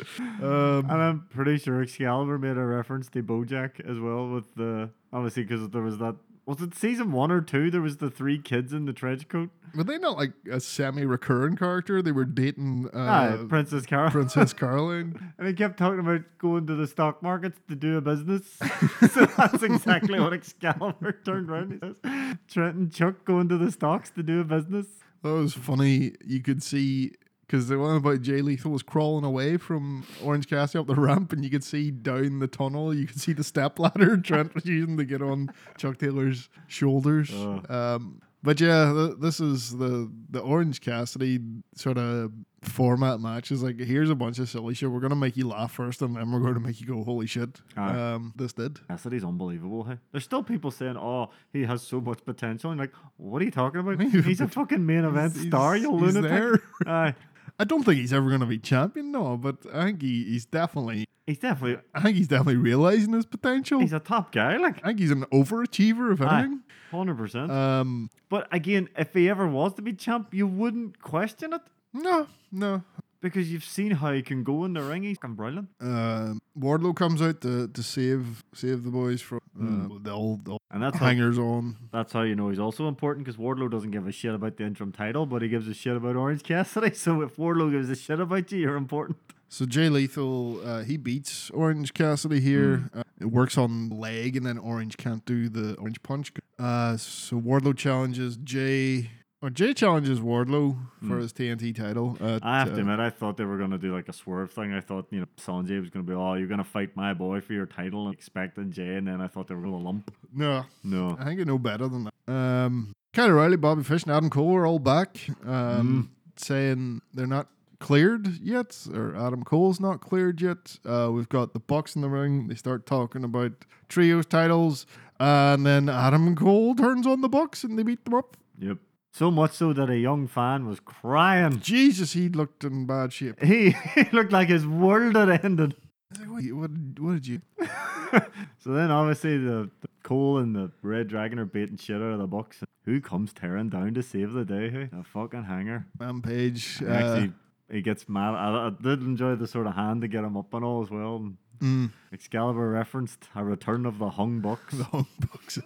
[SPEAKER 1] Um,
[SPEAKER 2] And I'm pretty sure Excalibur made a reference to BoJack as well with the obviously because there was that was it season one or two? There was the three kids in the trench coat.
[SPEAKER 1] were they not like a semi-recurring character? They were dating
[SPEAKER 2] Aye,
[SPEAKER 1] uh,
[SPEAKER 2] Ah, Princess Carol.
[SPEAKER 1] Princess Caroline.
[SPEAKER 2] and he kept talking about going to the stock markets to do a business. so that's exactly what Excalibur turned around. and He says, Trent and Chuck going to the stocks to do a business.
[SPEAKER 1] That was funny. You could see because the one about Jay Lethal was crawling away from Orange Cassidy up the ramp, and you could see down the tunnel. You could see the step ladder Trent was using to get on Chuck Taylor's shoulders.
[SPEAKER 2] Oh.
[SPEAKER 1] Um, but yeah, th- this is the the Orange Cassidy sort of format match. Is like here's a bunch of silly shit. We're gonna make you laugh first, and then we're going to make you go holy shit.
[SPEAKER 2] Aye.
[SPEAKER 1] Um, this did.
[SPEAKER 2] Cassidy's unbelievable. Hey? There's still people saying, "Oh, he has so much potential." And like, what are you talking about?
[SPEAKER 1] He's a
[SPEAKER 2] He's a
[SPEAKER 1] pot-
[SPEAKER 2] fucking main event
[SPEAKER 1] He's-
[SPEAKER 2] star. You
[SPEAKER 1] he's
[SPEAKER 2] lunatic.
[SPEAKER 1] there.
[SPEAKER 2] Aye.
[SPEAKER 1] I don't think he's ever going to be champion, no. But I think he, he's definitely
[SPEAKER 2] he's definitely
[SPEAKER 1] I think he's definitely realizing his potential.
[SPEAKER 2] he's a top guy. Like,
[SPEAKER 1] I think he's an overachiever, if anything.
[SPEAKER 2] hundred percent.
[SPEAKER 1] Um,
[SPEAKER 2] But again, if he ever was to be champ, you wouldn't question it
[SPEAKER 1] no, no.
[SPEAKER 2] because you've seen how he can go in the ring. He's fucking brilliant.
[SPEAKER 1] Um Wardlow comes out to, to save save the boys from uh,
[SPEAKER 2] Hmm.
[SPEAKER 1] the old, the old
[SPEAKER 2] And that's how
[SPEAKER 1] hangers on.
[SPEAKER 2] That's how you know he's also important because Wardlow doesn't give a shit about the interim title, but he gives a shit about Orange Cassidy. So if Wardlow gives a shit about you, you're important.
[SPEAKER 1] So Jay Lethal, uh, he beats Orange Cassidy here.
[SPEAKER 2] Hmm.
[SPEAKER 1] Uh, it works on leg, and then Orange can't do the Orange Punch. Uh, so Wardlow challenges Jay. Well, Jay challenges Wardlow for his TNT title. at,
[SPEAKER 2] Hmm. I have to
[SPEAKER 1] uh,
[SPEAKER 2] admit, I thought they were going to do like a swerve thing. I thought, you know, Sanjay was going to be, oh, you're going to fight my boy for your title and expecting Jay. And then I thought they were going to lump.
[SPEAKER 1] No,
[SPEAKER 2] No.
[SPEAKER 1] I think I know better than that. Um, Kyle O'Reilly, Bobby Fish, and Adam Cole are all back, um, saying they're not cleared yet, or Adam Cole's not cleared yet. Uh, we've got the Bucks in the ring. They start talking about trios titles, and then Adam Cole turns on the Bucks and they beat them up.
[SPEAKER 2] Yep. So much so that a young fan was crying.
[SPEAKER 1] Jesus, he looked in bad shape.
[SPEAKER 2] He, he looked like his world had ended.
[SPEAKER 1] I was like, What, what, what did you?
[SPEAKER 2] So then, obviously, the, the Cole and the Red Dragon are beating shit out of the Bucks. Who comes tearing down to save the day? Who? A fucking hanger.
[SPEAKER 1] Rampage. Uh,
[SPEAKER 2] Actually, he gets mad. I, I did enjoy the sort of hand to get him up and all as well. And
[SPEAKER 1] mm,
[SPEAKER 2] Excalibur referenced a return of the hung Bucks.
[SPEAKER 1] the Hung Bucks.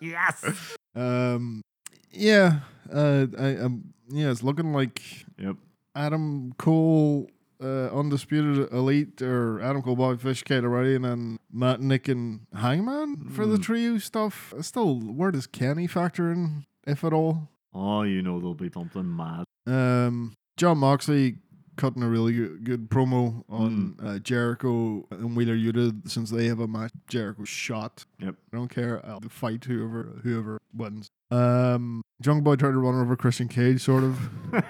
[SPEAKER 2] yes.
[SPEAKER 1] um, yeah, uh, I, um, yeah, it's looking like
[SPEAKER 2] Yep.
[SPEAKER 1] Adam Cole, uh, Undisputed Elite, or Adam Cole, Bobby Fish, Kate O'Reilly, and then Matt, Nick, and Hangman for the trio stuff. Still, where does Kenny factor in, if at all?
[SPEAKER 2] Oh, you know there'll be something mad.
[SPEAKER 1] Um, John Moxley cutting a really good, good promo on
[SPEAKER 2] Hmm.
[SPEAKER 1] uh, Jericho and Wheeler Yuta since they have a match. Jericho shot.
[SPEAKER 2] Yep.
[SPEAKER 1] I don't care. I'll fight whoever whoever wins. Um, Jungle Boy tried to run over Christian Cage, sort of.
[SPEAKER 2] But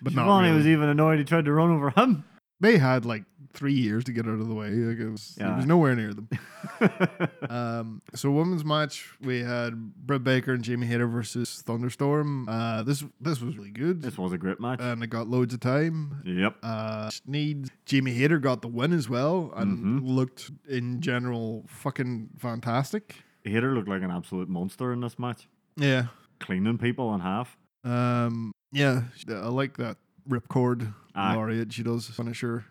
[SPEAKER 1] But not
[SPEAKER 2] Giovanni
[SPEAKER 1] really.
[SPEAKER 2] was e-, even annoyed he tried to run over him.
[SPEAKER 1] they had like three years to get out of the way. Like it was, it
[SPEAKER 2] Yeah.
[SPEAKER 1] was nowhere near them. um, so women's match, we had Britt Baker and Jamie Hayter versus Thunderstorm. Uh, this this was really good,
[SPEAKER 2] This was a great match.
[SPEAKER 1] and it got loads of time.
[SPEAKER 2] yep.
[SPEAKER 1] Uh, needs Jamie Hayter got the win as well, and
[SPEAKER 2] Mhm.
[SPEAKER 1] looked in general fucking fantastic.
[SPEAKER 2] Hater looked like an absolute monster in this match,
[SPEAKER 1] Yeah,
[SPEAKER 2] cleaning people in half.
[SPEAKER 1] um, yeah, I like that ripcord
[SPEAKER 2] Aye.
[SPEAKER 1] laureate she does finisher.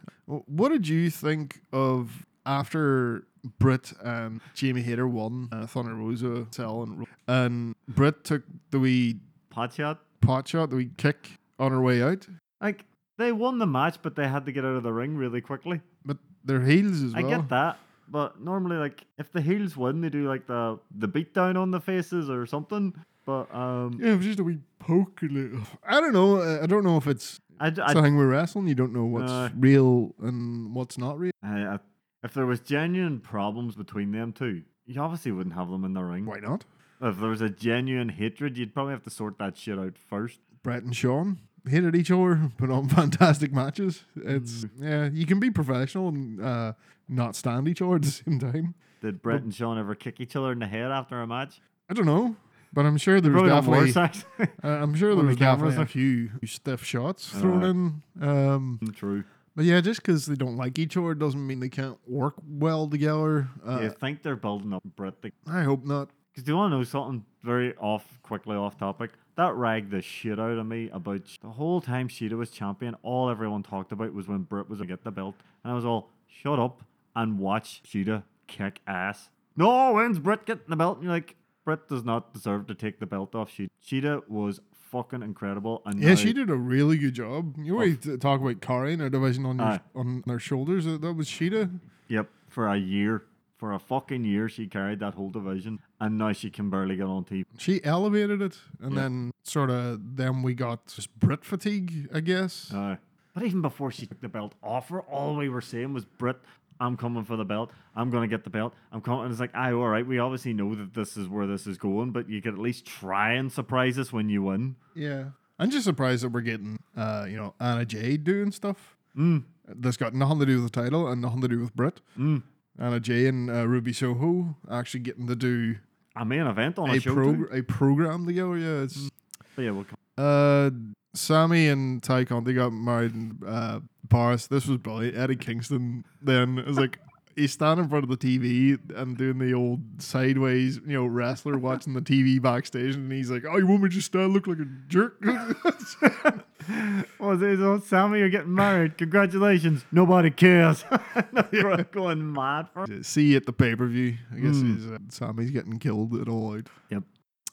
[SPEAKER 1] What did you think of after Britt and Jamie Hayter won uh, Thunder Rosa cell and and Britt took the wee
[SPEAKER 2] Pot shot.
[SPEAKER 1] pot shot, the wee kick on her way out,
[SPEAKER 2] Like, they won the match, but they had to get out of the ring really quickly.
[SPEAKER 1] but their heels as
[SPEAKER 2] I
[SPEAKER 1] well.
[SPEAKER 2] get that. But normally, like, if the heels win, they do, like, the, the beatdown on the faces or something. But um,
[SPEAKER 1] Yeah, it was just a wee poke. and it- I don't know. I I don't know if it's
[SPEAKER 2] I, d- I
[SPEAKER 1] something we're wrestling. You don't know what's
[SPEAKER 2] No.
[SPEAKER 1] real and what's not real.
[SPEAKER 2] I, I, if there was genuine problems between them two, you obviously wouldn't have them in the ring.
[SPEAKER 1] Why not?
[SPEAKER 2] If there was a genuine hatred, you'd probably have to sort that shit out first.
[SPEAKER 1] Brett and Sean hated each other, put on fantastic matches. It's
[SPEAKER 2] Hmm.
[SPEAKER 1] yeah, you can be professional and uh, not stand each other at the same time.
[SPEAKER 2] Did Brett and Sean ever kick each other in the head after a match?
[SPEAKER 1] I don't know, but I'm sure there was
[SPEAKER 2] Probably not
[SPEAKER 1] definitely
[SPEAKER 2] worse, actually.
[SPEAKER 1] uh, I'm sure there
[SPEAKER 2] on the
[SPEAKER 1] was definitely a
[SPEAKER 2] cameras.
[SPEAKER 1] few stiff shots thrown in. Um,
[SPEAKER 2] True.
[SPEAKER 1] but yeah, just because they don't like each other doesn't mean they can't work well together. Uh,
[SPEAKER 2] you think they're building up Brett? Because
[SPEAKER 1] I hope not.
[SPEAKER 2] do you want to know something very off, quickly off topic? That ragged the shit out of me about sh- the whole time Sheeta was champion. All everyone talked about was when Britt was going to get the belt. And I was all, shut up and watch Sheeta kick ass. No, when's Britt getting the belt? And you're like, Britt does not deserve to take the belt off Sheeta. Sheeta was fucking incredible. And
[SPEAKER 1] Yeah,
[SPEAKER 2] now-
[SPEAKER 1] she did a really good job. You always talk about carrying her division on your,
[SPEAKER 2] Oh. Aye.
[SPEAKER 1] on their shoulders. Uh, That that was Sheeta.
[SPEAKER 2] Yep, for a year. For a fucking year, she carried that whole division, and now she can barely get on TV.
[SPEAKER 1] She elevated it, and
[SPEAKER 2] Yeah.
[SPEAKER 1] then sort of then we got just Brit fatigue, I guess.
[SPEAKER 2] Uh, but even before she took the belt off her, all we were saying was, Britt, I'm coming for the belt. I'm going to get the belt. I'm coming. And it's like, aye, all right, we obviously know that this is where this is going, but you could at least try and surprise us when you win.
[SPEAKER 1] yeah, I'm just surprised that we're getting, uh, you know, Anna Jade doing stuff
[SPEAKER 2] Mm,
[SPEAKER 1] that's got nothing to do with the title and nothing to do with Brit.
[SPEAKER 2] mm.
[SPEAKER 1] Anna Jay and uh, Ruby Soho actually getting to do
[SPEAKER 2] A main event on a,
[SPEAKER 1] a,
[SPEAKER 2] show.
[SPEAKER 1] prog-
[SPEAKER 2] too.
[SPEAKER 1] a program together. Yeah, it's
[SPEAKER 2] But yeah, we'll come.
[SPEAKER 1] uh, Sammy and Ty Conti got married in uh, Paris. This was brilliant. Eddie Kingston then is like. He's standing in front of the TV and doing the old sideways, you know, wrestler watching the TV backstage, and he's like, "Oh, you want me to just stand, look like a jerk?"
[SPEAKER 2] Oh, there's old Sammy, you're getting married. Congratulations. Nobody cares. They're going mad for
[SPEAKER 1] See at the pay per view. I guess
[SPEAKER 2] Mm.
[SPEAKER 1] he's, uh, Sammy's getting killed at all out.
[SPEAKER 2] Yep.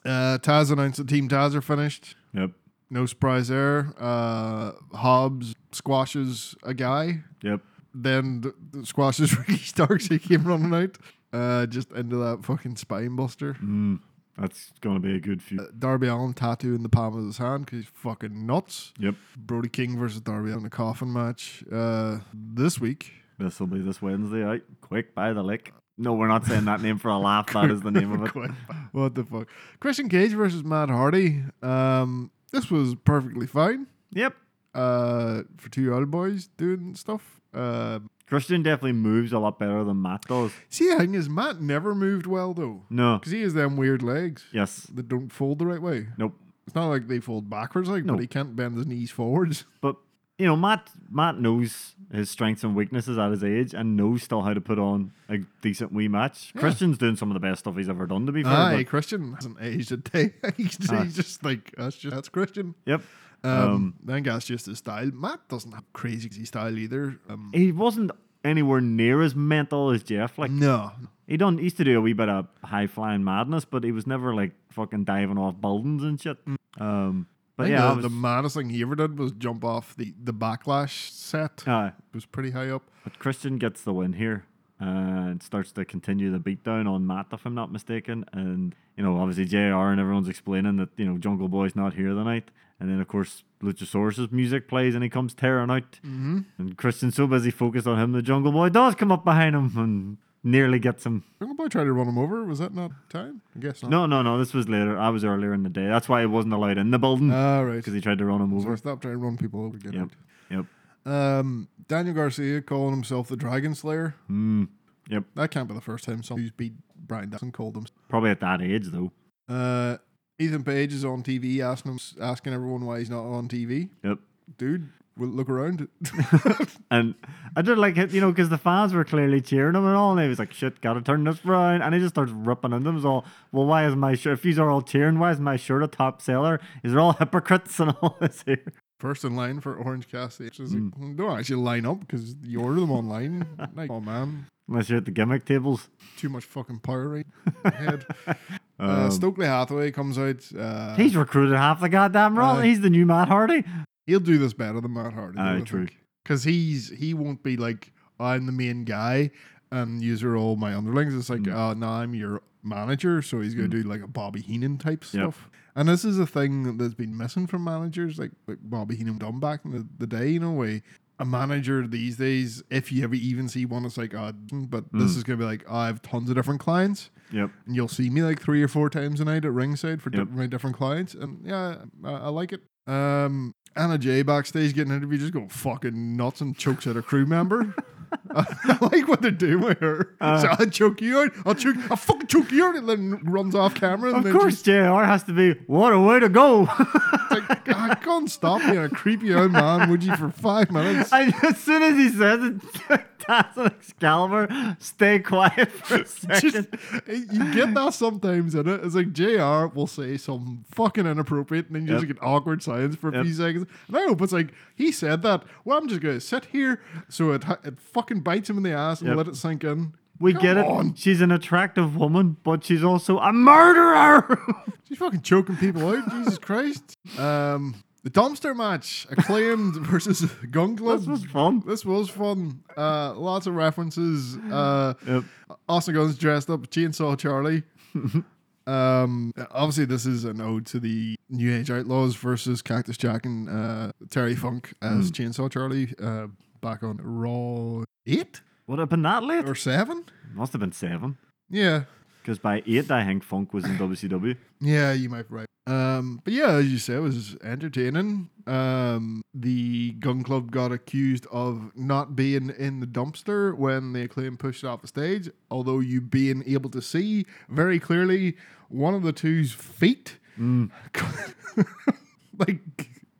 [SPEAKER 1] Uh, Taz announced that Team Taz are finished.
[SPEAKER 2] Yep.
[SPEAKER 1] No surprise there. Uh, Hobbs squashes a guy.
[SPEAKER 2] Yep.
[SPEAKER 1] Then th- th- squashes Ricky Starks. He came running out. Uh, just into that fucking spine buster.
[SPEAKER 2] Mm. That's gonna be a good few.
[SPEAKER 1] Darby Allen tattoo in the palm of his hand because he's fucking nuts.
[SPEAKER 2] Yep,
[SPEAKER 1] Brody King versus Darby Allen in a coffin match uh, this week.
[SPEAKER 2] this will be this Wednesday. Out quick by the lick. No, we're not saying that name for a laugh. That is the name of it.
[SPEAKER 1] Quite- what the fuck? Christian Cage versus Matt Hardy. Um, this was perfectly fine
[SPEAKER 2] Yep,
[SPEAKER 1] uh, for two old boys doing stuff. Uh,
[SPEAKER 2] Christian definitely moves a lot better than Matt does.
[SPEAKER 1] see, the thing is, Matt never moved well though
[SPEAKER 2] No.
[SPEAKER 1] because he has them weird legs
[SPEAKER 2] Yes.
[SPEAKER 1] that don't fold the right way.
[SPEAKER 2] Nope.
[SPEAKER 1] It's not like they fold backwards, like,
[SPEAKER 2] No.
[SPEAKER 1] but he can't bend his knees forwards.
[SPEAKER 2] But you know, Matt Matt knows his strengths and weaknesses at his age and knows still how to put on a decent wee match.
[SPEAKER 1] Yeah.
[SPEAKER 2] Christian's doing some of the best stuff he's ever done to be fair.
[SPEAKER 1] Aye,
[SPEAKER 2] but-
[SPEAKER 1] Christian hasn't aged a day. he's, just,
[SPEAKER 2] Aye.
[SPEAKER 1] he's just like that's just that's Christian.
[SPEAKER 2] yep.
[SPEAKER 1] Um,
[SPEAKER 2] Um,
[SPEAKER 1] I think that's just his style. Matt doesn't have crazy style either. Um,
[SPEAKER 2] He wasn't anywhere near as mental as Jeff. Like
[SPEAKER 1] no,
[SPEAKER 2] he done he used to do a wee bit of high flying madness, but he was never like fucking diving off buildings and shit. Um
[SPEAKER 1] Mm. I
[SPEAKER 2] but
[SPEAKER 1] think
[SPEAKER 2] yeah,
[SPEAKER 1] the,
[SPEAKER 2] I
[SPEAKER 1] the
[SPEAKER 2] was-
[SPEAKER 1] maddest thing he ever did was jump off the, the backlash set.
[SPEAKER 2] aye.
[SPEAKER 1] It was pretty high up.
[SPEAKER 2] But Christian gets the win here uh, and starts to continue the beatdown on Matt, if I'm not mistaken. And, you know, obviously JR and everyone's explaining that, you know, Jungle Boy's not here tonight. And then, of course, Luchasaurus's music plays and he comes tearing out. Mm-hmm. And Christian's so busy focused on him, the Jungle Boy does come up behind him and nearly gets him.
[SPEAKER 1] Jungle Boy tried to run him over. Was that not time? I guess not.
[SPEAKER 2] No, no, no, this was later. I was earlier in the day. That's why he wasn't allowed in the building because
[SPEAKER 1] All Ah, right.
[SPEAKER 2] he tried to run him
[SPEAKER 1] So
[SPEAKER 2] over.
[SPEAKER 1] stop trying to run people over. Get
[SPEAKER 2] Yep. Yep.
[SPEAKER 1] out. Um, Daniel Garcia calling himself the Dragon Slayer.
[SPEAKER 2] Mm. Yep.
[SPEAKER 1] That can't be the first time someone who's beat Brian Dawson called him.
[SPEAKER 2] Probably at that age, though.
[SPEAKER 1] Uh, Ethan Page is on TV asking him, asking everyone why he's not on TV.
[SPEAKER 2] Yep.
[SPEAKER 1] Dude, well, look around.
[SPEAKER 2] And I did like it, you know, because the fans were clearly cheering him and all. And he was like, shit, gotta turn this round. And he just starts ripping into them. He's all, well, why is my shirt, if these are all cheering, why is my shirt a top seller? Is there all hypocrites and all this here?
[SPEAKER 1] First in line for Orange Cassidy. She's like, "Mm, don't actually line up because you order them online. like, oh man,
[SPEAKER 2] Unless you're at the gimmick tables.
[SPEAKER 1] too much fucking power right in my head. uh, Stokely Hathaway comes out. Uh,
[SPEAKER 2] He's recruited half the goddamn roster.
[SPEAKER 1] Aye.
[SPEAKER 2] He's the new Matt Hardy.
[SPEAKER 1] he'll do this better than Matt Hardy.
[SPEAKER 2] Aye, true.
[SPEAKER 1] Because he's he won't be like I'm the main guy and these are all my underlings. It's
[SPEAKER 2] Mm.
[SPEAKER 1] like uh, no, I'm your manager. So he's gonna do like a Bobby Heenan type stuff. And this is a thing that's been missing from managers like, like Bobby Heenan done back in the, the day. You know, way a manager these days, if you ever even see one, it's like, uh, but
[SPEAKER 2] Mm.
[SPEAKER 1] this is gonna be like "Ah, I have tons of different clients.
[SPEAKER 2] Yep.
[SPEAKER 1] and you'll see me like three or four times a night at ringside for di-
[SPEAKER 2] Yep.
[SPEAKER 1] my different clients, and yeah, I, I like it. Um, Anna Jay backstage getting interviewed, just going fucking nuts and chokes at a crew member. I like what they're doing with her.
[SPEAKER 2] Uh.
[SPEAKER 1] so I'll choke you out. I'll choke. I'll fucking choke you out, and then runs off camera. And
[SPEAKER 2] Of
[SPEAKER 1] then
[SPEAKER 2] course, JR has to be, what a way to go.
[SPEAKER 1] she's like, I can't stop being a creepy old man, would you, for five minutes?
[SPEAKER 2] and as soon as he says it, Dazzle Excalibur, stay quiet for a second.
[SPEAKER 1] Just, you get that sometimes in it. It's like JR will say something fucking inappropriate and then you just
[SPEAKER 2] Yep.
[SPEAKER 1] get awkward silence for a
[SPEAKER 2] Yep.
[SPEAKER 1] few seconds. And I hope it's like, he said that. Well, I'm just going to sit here so it, ha- it fucking bites him in the ass and
[SPEAKER 2] Yep.
[SPEAKER 1] let it sink in.
[SPEAKER 2] We
[SPEAKER 1] Come
[SPEAKER 2] get it.
[SPEAKER 1] on.
[SPEAKER 2] She's an attractive woman, but she's also a murderer.
[SPEAKER 1] She's fucking choking people out. Jesus Christ. Um, the dumpster match, acclaimed versus Gun Club.
[SPEAKER 2] this was fun.
[SPEAKER 1] This was fun. Uh, lots of references. Uh,
[SPEAKER 2] Yep.
[SPEAKER 1] Austin Gunn's dressed up, Chainsaw Charlie. um, obviously, this is an ode to the New Age Outlaws versus Cactus Jack and uh, Terry Funk as Chainsaw Charlie uh, back on Raw 8
[SPEAKER 2] Would it have been that late?
[SPEAKER 1] or 7.
[SPEAKER 2] Must have been seven.
[SPEAKER 1] Yeah.
[SPEAKER 2] Because by eight, I think Funk was in WCW.
[SPEAKER 1] Yeah, you might be right. Um, but yeah, as you said, it was entertaining. Um, the gun club got accused of not being in the dumpster when the acclaim pushed off the stage, although you being able to see very clearly one of the two's feet.
[SPEAKER 2] Mm.
[SPEAKER 1] like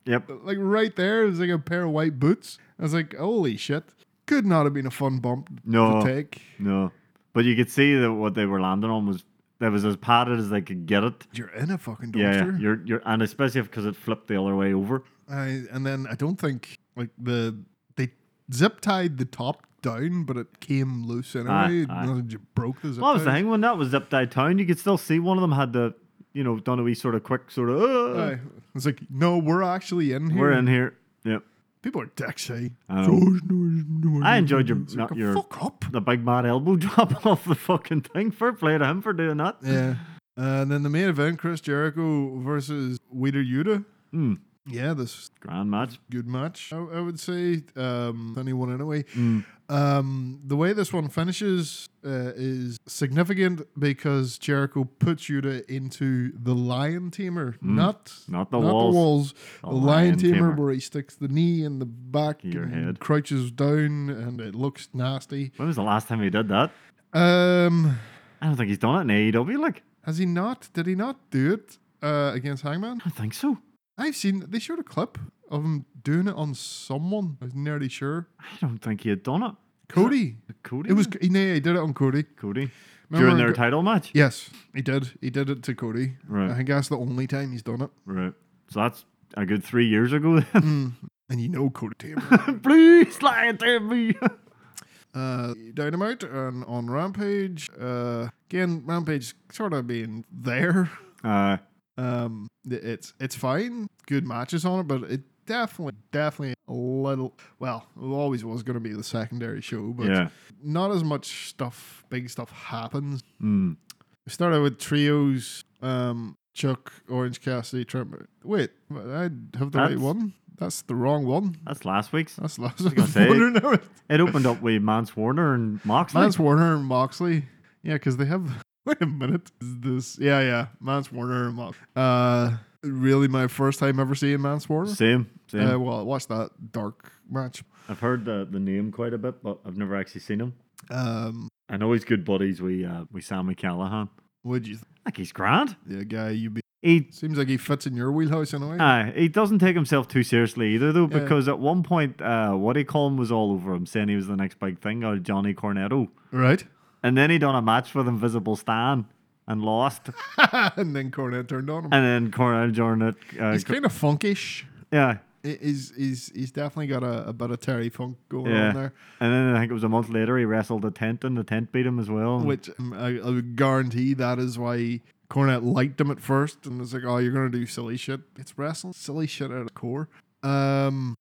[SPEAKER 2] Yep.
[SPEAKER 1] like right there is like a pair of white boots. I was like, holy shit. Could not have been a fun bump
[SPEAKER 2] No.
[SPEAKER 1] to take.
[SPEAKER 2] No. But you could see that what they were landing on was that was as padded as they could get it.
[SPEAKER 1] You're in a fucking
[SPEAKER 2] Yeah,
[SPEAKER 1] dumpster.
[SPEAKER 2] Yeah. You're, you're, and especially because it flipped the other way over.
[SPEAKER 1] I, and then I don't think like the they zip tied the top down, but it came loose anyway.
[SPEAKER 2] Aye, aye.
[SPEAKER 1] Nothing just broke the zip.
[SPEAKER 2] What was the
[SPEAKER 1] tie.
[SPEAKER 2] thing when that was zip tied town? You could still see one of them had the, you know, done a wee sort of quick sort of, "Uh,
[SPEAKER 1] Aye. It's like no, we're actually in here.
[SPEAKER 2] we're in here. Yep.
[SPEAKER 1] People are eh? dexy.
[SPEAKER 2] I know. I enjoyed your-
[SPEAKER 1] It's
[SPEAKER 2] not
[SPEAKER 1] like, oh,
[SPEAKER 2] your-
[SPEAKER 1] fuck up.
[SPEAKER 2] The big mad elbow drop off the fucking thing. Fair play to him for doing that.
[SPEAKER 1] Yeah. Uh, and then the main event, Chris Jericho versus Wheeler Yuta.
[SPEAKER 2] Mm.
[SPEAKER 1] Yeah, this
[SPEAKER 2] Grand match.
[SPEAKER 1] good match, I, I would say. Um, anyone anyway.
[SPEAKER 2] Mm.
[SPEAKER 1] Um, the way this one finishes uh, is significant because Jericho puts Yuta into the lion tamer, not
[SPEAKER 2] Mm. Not the
[SPEAKER 1] not
[SPEAKER 2] walls.
[SPEAKER 1] the walls,
[SPEAKER 2] The
[SPEAKER 1] the lion
[SPEAKER 2] lion
[SPEAKER 1] tamer,
[SPEAKER 2] tamer.
[SPEAKER 1] where he sticks the knee in the back,
[SPEAKER 2] Your
[SPEAKER 1] and
[SPEAKER 2] head.
[SPEAKER 1] crouches down, and it looks nasty.
[SPEAKER 2] When was the last time he did that?
[SPEAKER 1] Um,
[SPEAKER 2] I don't think he's done it in AEW. Like,
[SPEAKER 1] has he not? Did he not do it uh, against Hangman?
[SPEAKER 2] I don't think so.
[SPEAKER 1] I've seen they showed a clip of him doing it on someone. I was nearly sure.
[SPEAKER 2] I don't think he had done it.
[SPEAKER 1] Cody.
[SPEAKER 2] Cody.
[SPEAKER 1] It was
[SPEAKER 2] did
[SPEAKER 1] he, no, he did it on Cody.
[SPEAKER 2] Cody
[SPEAKER 1] Remember
[SPEAKER 2] during their
[SPEAKER 1] Go-
[SPEAKER 2] title match.
[SPEAKER 1] Yes, he did. He did it to Cody.
[SPEAKER 2] Right.
[SPEAKER 1] I think that's the only time he's done it.
[SPEAKER 2] Right. So that's a good three years ago. Then.
[SPEAKER 1] And you know Cody Taylor.
[SPEAKER 2] Please lie to me.
[SPEAKER 1] uh, Dynamite and on Rampage. Uh, again, Rampage sort of being there.
[SPEAKER 2] Uh,
[SPEAKER 1] Um, th- it's it's fine. Good matches on it, but it definitely definitely a little. Well, it always was going to be the secondary show, but
[SPEAKER 2] yeah.
[SPEAKER 1] not as much stuff. Big stuff happens.
[SPEAKER 2] Mm.
[SPEAKER 1] We started with trios. Um, Chuck, Orange Cassidy, Trent. Wait, I have the right
[SPEAKER 2] That's-
[SPEAKER 1] one. That's the wrong one.
[SPEAKER 2] That's last week's.
[SPEAKER 1] That's last. I
[SPEAKER 2] gonna
[SPEAKER 1] was
[SPEAKER 2] say-
[SPEAKER 1] wondering how it-
[SPEAKER 2] It opened up with Mance Warner and Moxley.
[SPEAKER 1] Mance Warner and Moxley. Yeah, because they have. Wait a minute. Is this? Yeah, yeah. Mance Warner and Moxley. Uh, really, my first time ever seeing Mance Warner.
[SPEAKER 2] Same. Same.
[SPEAKER 1] Uh, well, I watched that dark match.
[SPEAKER 2] I've heard the, the name quite a bit, but I've never actually seen him.
[SPEAKER 1] Um,
[SPEAKER 2] I know he's good buddies with uh, with Sammy Callahan.
[SPEAKER 1] would you? Th-
[SPEAKER 2] Like he's grand.
[SPEAKER 1] the guy you be.
[SPEAKER 2] He
[SPEAKER 1] Seems like he fits in your wheelhouse in a way.
[SPEAKER 2] uh, he doesn't take himself too seriously either, though,
[SPEAKER 1] Yeah.
[SPEAKER 2] because at one point, uh, what he called him was all over him, saying he was the next big thing, or Johnny Cornetto.
[SPEAKER 1] right.
[SPEAKER 2] And then he done a match with Invisible Stan and lost.
[SPEAKER 1] and then Cornette turned on him.
[SPEAKER 2] and then Cornetto joined it. Uh,
[SPEAKER 1] He's
[SPEAKER 2] co-
[SPEAKER 1] kind of funkish.
[SPEAKER 2] yeah,
[SPEAKER 1] He- He's, he's, he's definitely got a, a bit of Terry Funk going
[SPEAKER 2] yeah.
[SPEAKER 1] on there.
[SPEAKER 2] And then I think it was a month later, he wrestled a tent, and the tent beat him as well.
[SPEAKER 1] Which um, I, I would guarantee that is why Cornette liked him at first and was like, oh, you're going to do silly shit. It's wrestling. Silly shit at the core. Um,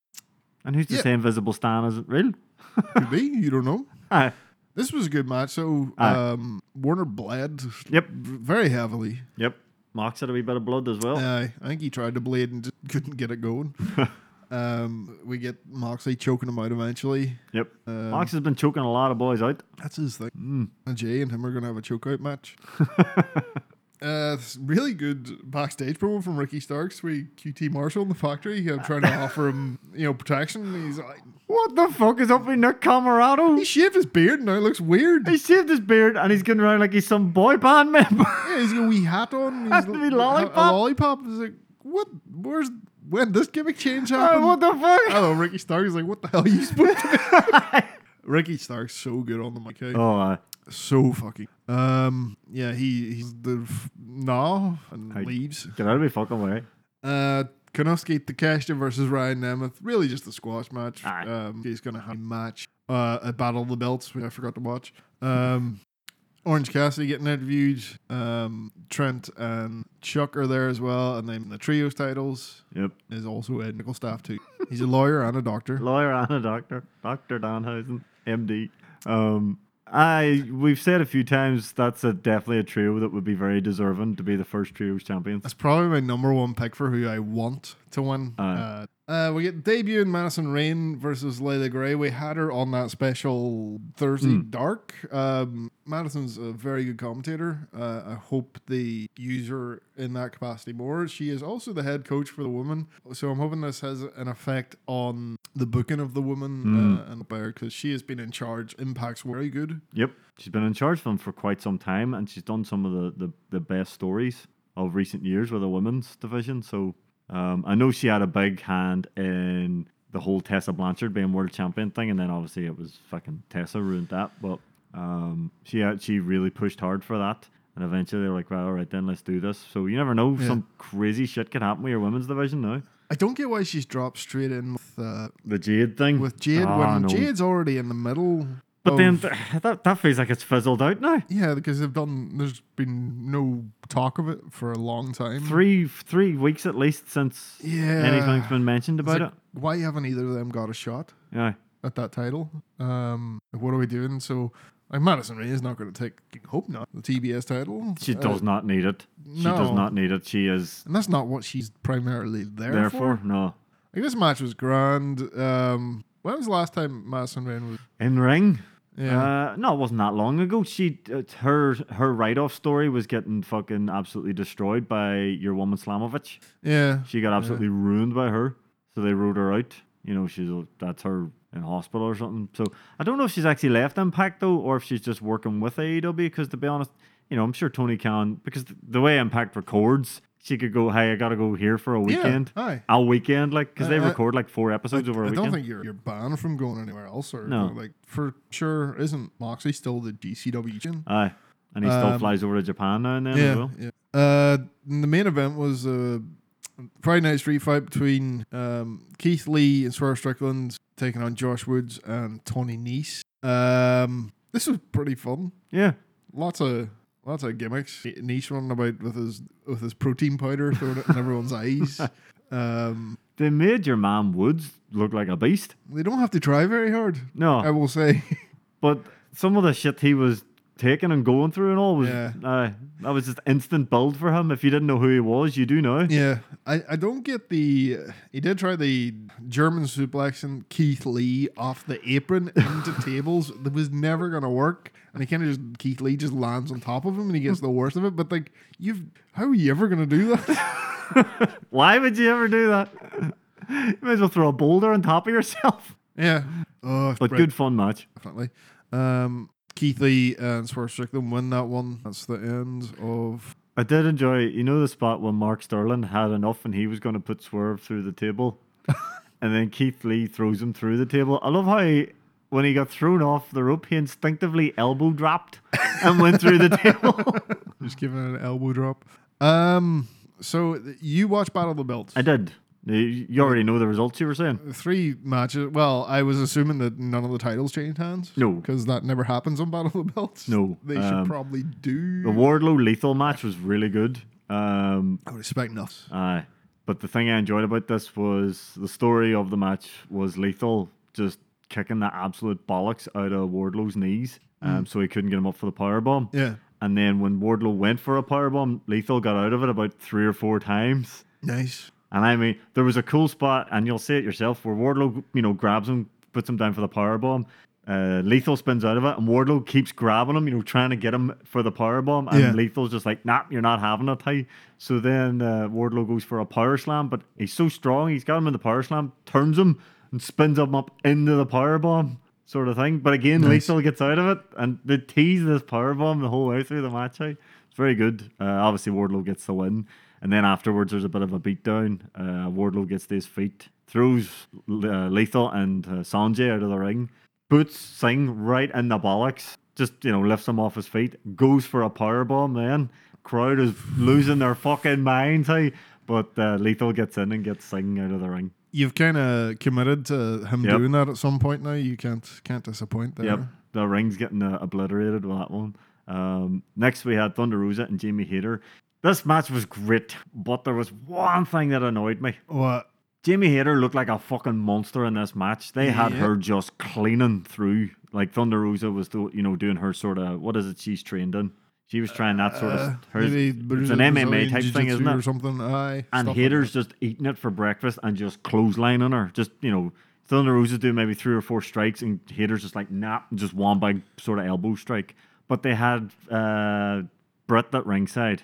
[SPEAKER 2] and who's to
[SPEAKER 1] yeah.
[SPEAKER 2] say Invisible Stan isn't real?
[SPEAKER 1] could be. You don't know.
[SPEAKER 2] Aye.
[SPEAKER 1] This was a good match. So
[SPEAKER 2] Aye.
[SPEAKER 1] um, Warner bled v-
[SPEAKER 2] yep,
[SPEAKER 1] very heavily.
[SPEAKER 2] yep. Mox had a wee bit of blood as well.
[SPEAKER 1] Uh, I think he tried to blade and just couldn't get it going. um, we get Moxley choking him out eventually.
[SPEAKER 2] Yep.
[SPEAKER 1] Um,
[SPEAKER 2] Mox has been choking a lot of boys out.
[SPEAKER 1] That's his thing. And Jay and him are going to have a chokeout match. uh, it's really good backstage promo from Ricky Starks with QT Marshall in the factory. I'm trying to offer him, you know, protection. He's like,
[SPEAKER 2] What the fuck is up with Nick Camarado?
[SPEAKER 1] he shaved his beard and now it looks weird.
[SPEAKER 2] He shaved his beard and he's getting around like he's some boy band member.
[SPEAKER 1] Yeah, he's got a wee hat on.
[SPEAKER 2] Has
[SPEAKER 1] He's
[SPEAKER 2] to be
[SPEAKER 1] l-
[SPEAKER 2] lollipop.
[SPEAKER 1] A, lollipop. He's like, what? Where's when this gimmick change happened?
[SPEAKER 2] Uh, Oh, what the fuck?
[SPEAKER 1] Hello, Ricky Starks. He's like, what the hell are you supposed to be? Ricky Starks so good on the mic. eh?
[SPEAKER 2] Oh, uh,
[SPEAKER 1] So fucking. Um, yeah, he he's the f- no and
[SPEAKER 2] I-
[SPEAKER 1] leaves.
[SPEAKER 2] get out of my fucking way.
[SPEAKER 1] Uh, Konosuke Takeshita versus Ryan Nemeth. Really just a squash match.
[SPEAKER 2] Aye.
[SPEAKER 1] Um, he's gonna have a match. Uh, a battle of the belts, which I forgot to watch. Um, Orange Cassidy getting interviewed. Um, Trent and Chuck are there as well, and then the trios titles
[SPEAKER 2] Yep.
[SPEAKER 1] is also Ed Nickelstaff too. He's a lawyer and a doctor.
[SPEAKER 2] Lawyer and a doctor. Dr. Donhausen, MD. Um, I we've said a few times that's a definitely a trio that would be very deserving to be the first trios champions.
[SPEAKER 1] That's probably my number one pick for who I want to win.
[SPEAKER 2] Aye.
[SPEAKER 1] Uh, uh, we get debut in Madison Rain versus Layla Gray. We had her on that special Thursday Dark. Um, Madison's a very good commentator. Uh, I hope they use her in that capacity more. She is also the head coach for the women, so I'm hoping this has an effect on the booking of the women uh, and player because she has been in charge. Impacts were very good.
[SPEAKER 2] Yep. She's been in charge of them for quite some time and she's done some of the, the, the best stories of recent years with the women's division. So um, I know she had a big hand in the whole Tessa Blanchard being world champion thing. And then obviously it was fucking Tessa ruined that. But um, she had- she really pushed hard for that. And eventually they were like, well, all right, then let's do this. So you never know. Some crazy shit could happen with your women's division now.
[SPEAKER 1] I don't get why she's dropped straight in with uh,
[SPEAKER 2] The Jade thing.
[SPEAKER 1] with Jade
[SPEAKER 2] Ah,
[SPEAKER 1] when
[SPEAKER 2] no.
[SPEAKER 1] Jade's already in the middle.
[SPEAKER 2] But
[SPEAKER 1] of-
[SPEAKER 2] then th- that, that feels like it's fizzled out now.
[SPEAKER 1] yeah, because they've done. There's been no talk of it for a long time.
[SPEAKER 2] three three weeks at least since
[SPEAKER 1] Yeah.
[SPEAKER 2] anything's been mentioned
[SPEAKER 1] It's
[SPEAKER 2] about
[SPEAKER 1] like, Why haven't either of them got a shot
[SPEAKER 2] it. Yeah.
[SPEAKER 1] at that title? Um, what are we doing? So Like Madison Rain is not going to take, hope not, the TBS title.
[SPEAKER 2] She
[SPEAKER 1] Uh,
[SPEAKER 2] does not need it. She does
[SPEAKER 1] no.
[SPEAKER 2] not need it. She is
[SPEAKER 1] and that's not what she's primarily there for.
[SPEAKER 2] therefore no.
[SPEAKER 1] Like this match was grand. Um, when was the last time Madison Rain was?
[SPEAKER 2] In ring.
[SPEAKER 1] Yeah,
[SPEAKER 2] Uh, no, it wasn't that long ago. She uh, her her write off story was getting fucking absolutely destroyed by your woman Slamovich.
[SPEAKER 1] yeah.
[SPEAKER 2] She got absolutely ruined by her, so they wrote her out. You know, she's that's her in hospital or something. So I don't know if she's actually left Impact though, or if she's just working with AEW. Because to be honest, you know, I'm sure Tony Khan because th- the way Impact records, she could go, "Hey, I gotta go here for a weekend."
[SPEAKER 1] Yeah, aye.
[SPEAKER 2] A weekend, like because they
[SPEAKER 1] I- I-
[SPEAKER 2] record like four episodes over a
[SPEAKER 1] I
[SPEAKER 2] weekend.
[SPEAKER 1] don't think you're you're banned from going anywhere else. Or
[SPEAKER 2] No.
[SPEAKER 1] like for sure, isn't Moxley still the GCW? champion?
[SPEAKER 2] Aye. and he still
[SPEAKER 1] Um,
[SPEAKER 2] flies over to Japan now and then as
[SPEAKER 1] Yeah,
[SPEAKER 2] well.
[SPEAKER 1] yeah. Uh, and the main event was a Friday night street fight between um, Keith Lee and Swerve Strickland taking on Josh Woods and Tony Nese. Um, this was pretty fun.
[SPEAKER 2] Yeah.
[SPEAKER 1] Lots of lots of gimmicks. Nese running about with his with his protein powder throwing it in everyone's eyes. Um,
[SPEAKER 2] They made your man Woods look like a beast.
[SPEAKER 1] they don't have to try very hard.
[SPEAKER 2] No,
[SPEAKER 1] I will say.
[SPEAKER 2] but some of the shit he was taking and going through and all was
[SPEAKER 1] Yeah.
[SPEAKER 2] aye, that was just instant build for him. If you didn't know who he was, you do now.
[SPEAKER 1] Yeah, I, I don't get the. He did try the German suplexing Keith Lee off the apron into tables. That was never gonna work, and he kind of just Keith Lee just lands on top of him, and he gets the worst of it. But like, you've how are you ever gonna do that?
[SPEAKER 2] Why would you ever do that? you might as well throw a boulder on top of yourself.
[SPEAKER 1] yeah. Oh,
[SPEAKER 2] But good fun match.
[SPEAKER 1] definitely. Um, Keith Lee and Swerve Strickland win that one. That's the end of.
[SPEAKER 2] I did enjoy, you know, the spot when Mark Sterling had enough and he was going to put Swerve through the table. and then Keith Lee throws him through the table. I love how he, when he got thrown off the rope, he instinctively elbow dropped and went through the table.
[SPEAKER 1] Just giving it an elbow drop. Um, so th- you watch Battle of the Belts.
[SPEAKER 2] I did. You- You already know the results you were saying.
[SPEAKER 1] three matches. Well, I was assuming that none of the titles changed hands.
[SPEAKER 2] No.
[SPEAKER 1] because that never happens on Battle of the Belts.
[SPEAKER 2] No,
[SPEAKER 1] they should
[SPEAKER 2] um,
[SPEAKER 1] probably do.
[SPEAKER 2] The Wardlow lethal match was really good. Um,
[SPEAKER 1] I would expect nothing.
[SPEAKER 2] aye. but the thing I enjoyed about this was the story of the match was lethal just kicking the absolute bollocks out of Wardlow's knees, um, so he couldn't get him up for the power bomb.
[SPEAKER 1] Yeah,
[SPEAKER 2] And then when Wardlow went for a power bomb, lethal got out of it about three or four times.
[SPEAKER 1] nice.
[SPEAKER 2] And I mean, there was a cool spot, and you'll see it yourself, where Wardlow, you know, grabs him, puts him down for the power bomb. Uh, Lethal spins out of it, and Wardlow keeps grabbing him, you know, trying to get him for the power bomb. And
[SPEAKER 1] Yeah.
[SPEAKER 2] Lethal's just like, "Nah, you're not having it." Hey. So then uh, Wardlow goes for a power slam, but he's so strong, he's got him in the power slam, turns him, and spins him up into the power bomb, sort of thing. But again, Lethal gets out of it, and they tease this power bomb the whole way through the match. Hey. It's very good. Uh, obviously, Wardlow gets the win. And then afterwards, there's a bit of a beatdown. Uh, Wardlow gets to his feet, throws uh, Lethal and uh, Sanjay out of the ring, boots Singh right in the bollocks, just, you know, lifts him off his feet, goes for a powerbomb then. Crowd is losing their fucking minds, hey? But uh, Lethal gets in and gets Singh out of the ring.
[SPEAKER 1] You've kind of committed to him
[SPEAKER 2] Yep.
[SPEAKER 1] doing that at some point now. You can't can't disappoint there.
[SPEAKER 2] Yep, the ring's getting uh, obliterated with that one. Um, next, we had Thunder Rosa and Jamie Hayter. This match was great, but there was one thing that annoyed me.
[SPEAKER 1] What?
[SPEAKER 2] Jamie Hayter looked like a fucking monster in this match. They had
[SPEAKER 1] Yeah.
[SPEAKER 2] her just cleaning through. Like Thunder Rosa was, do, you know, doing her sort of what is it she's trained in? She was trying that sort
[SPEAKER 1] Uh,
[SPEAKER 2] of. Her,
[SPEAKER 1] maybe
[SPEAKER 2] it's an
[SPEAKER 1] Brazilian
[SPEAKER 2] MMA type thing,
[SPEAKER 1] jiu-jitsu
[SPEAKER 2] isn't
[SPEAKER 1] Or
[SPEAKER 2] it?
[SPEAKER 1] something. Aye.
[SPEAKER 2] And
[SPEAKER 1] stuff like
[SPEAKER 2] Hayter's just eating it for breakfast and just clotheslining her. Just you know, Thunder Rosa doing maybe three or four strikes, and Hayter's just like nah, just one big sort of elbow strike. But they had uh, Britt at ringside.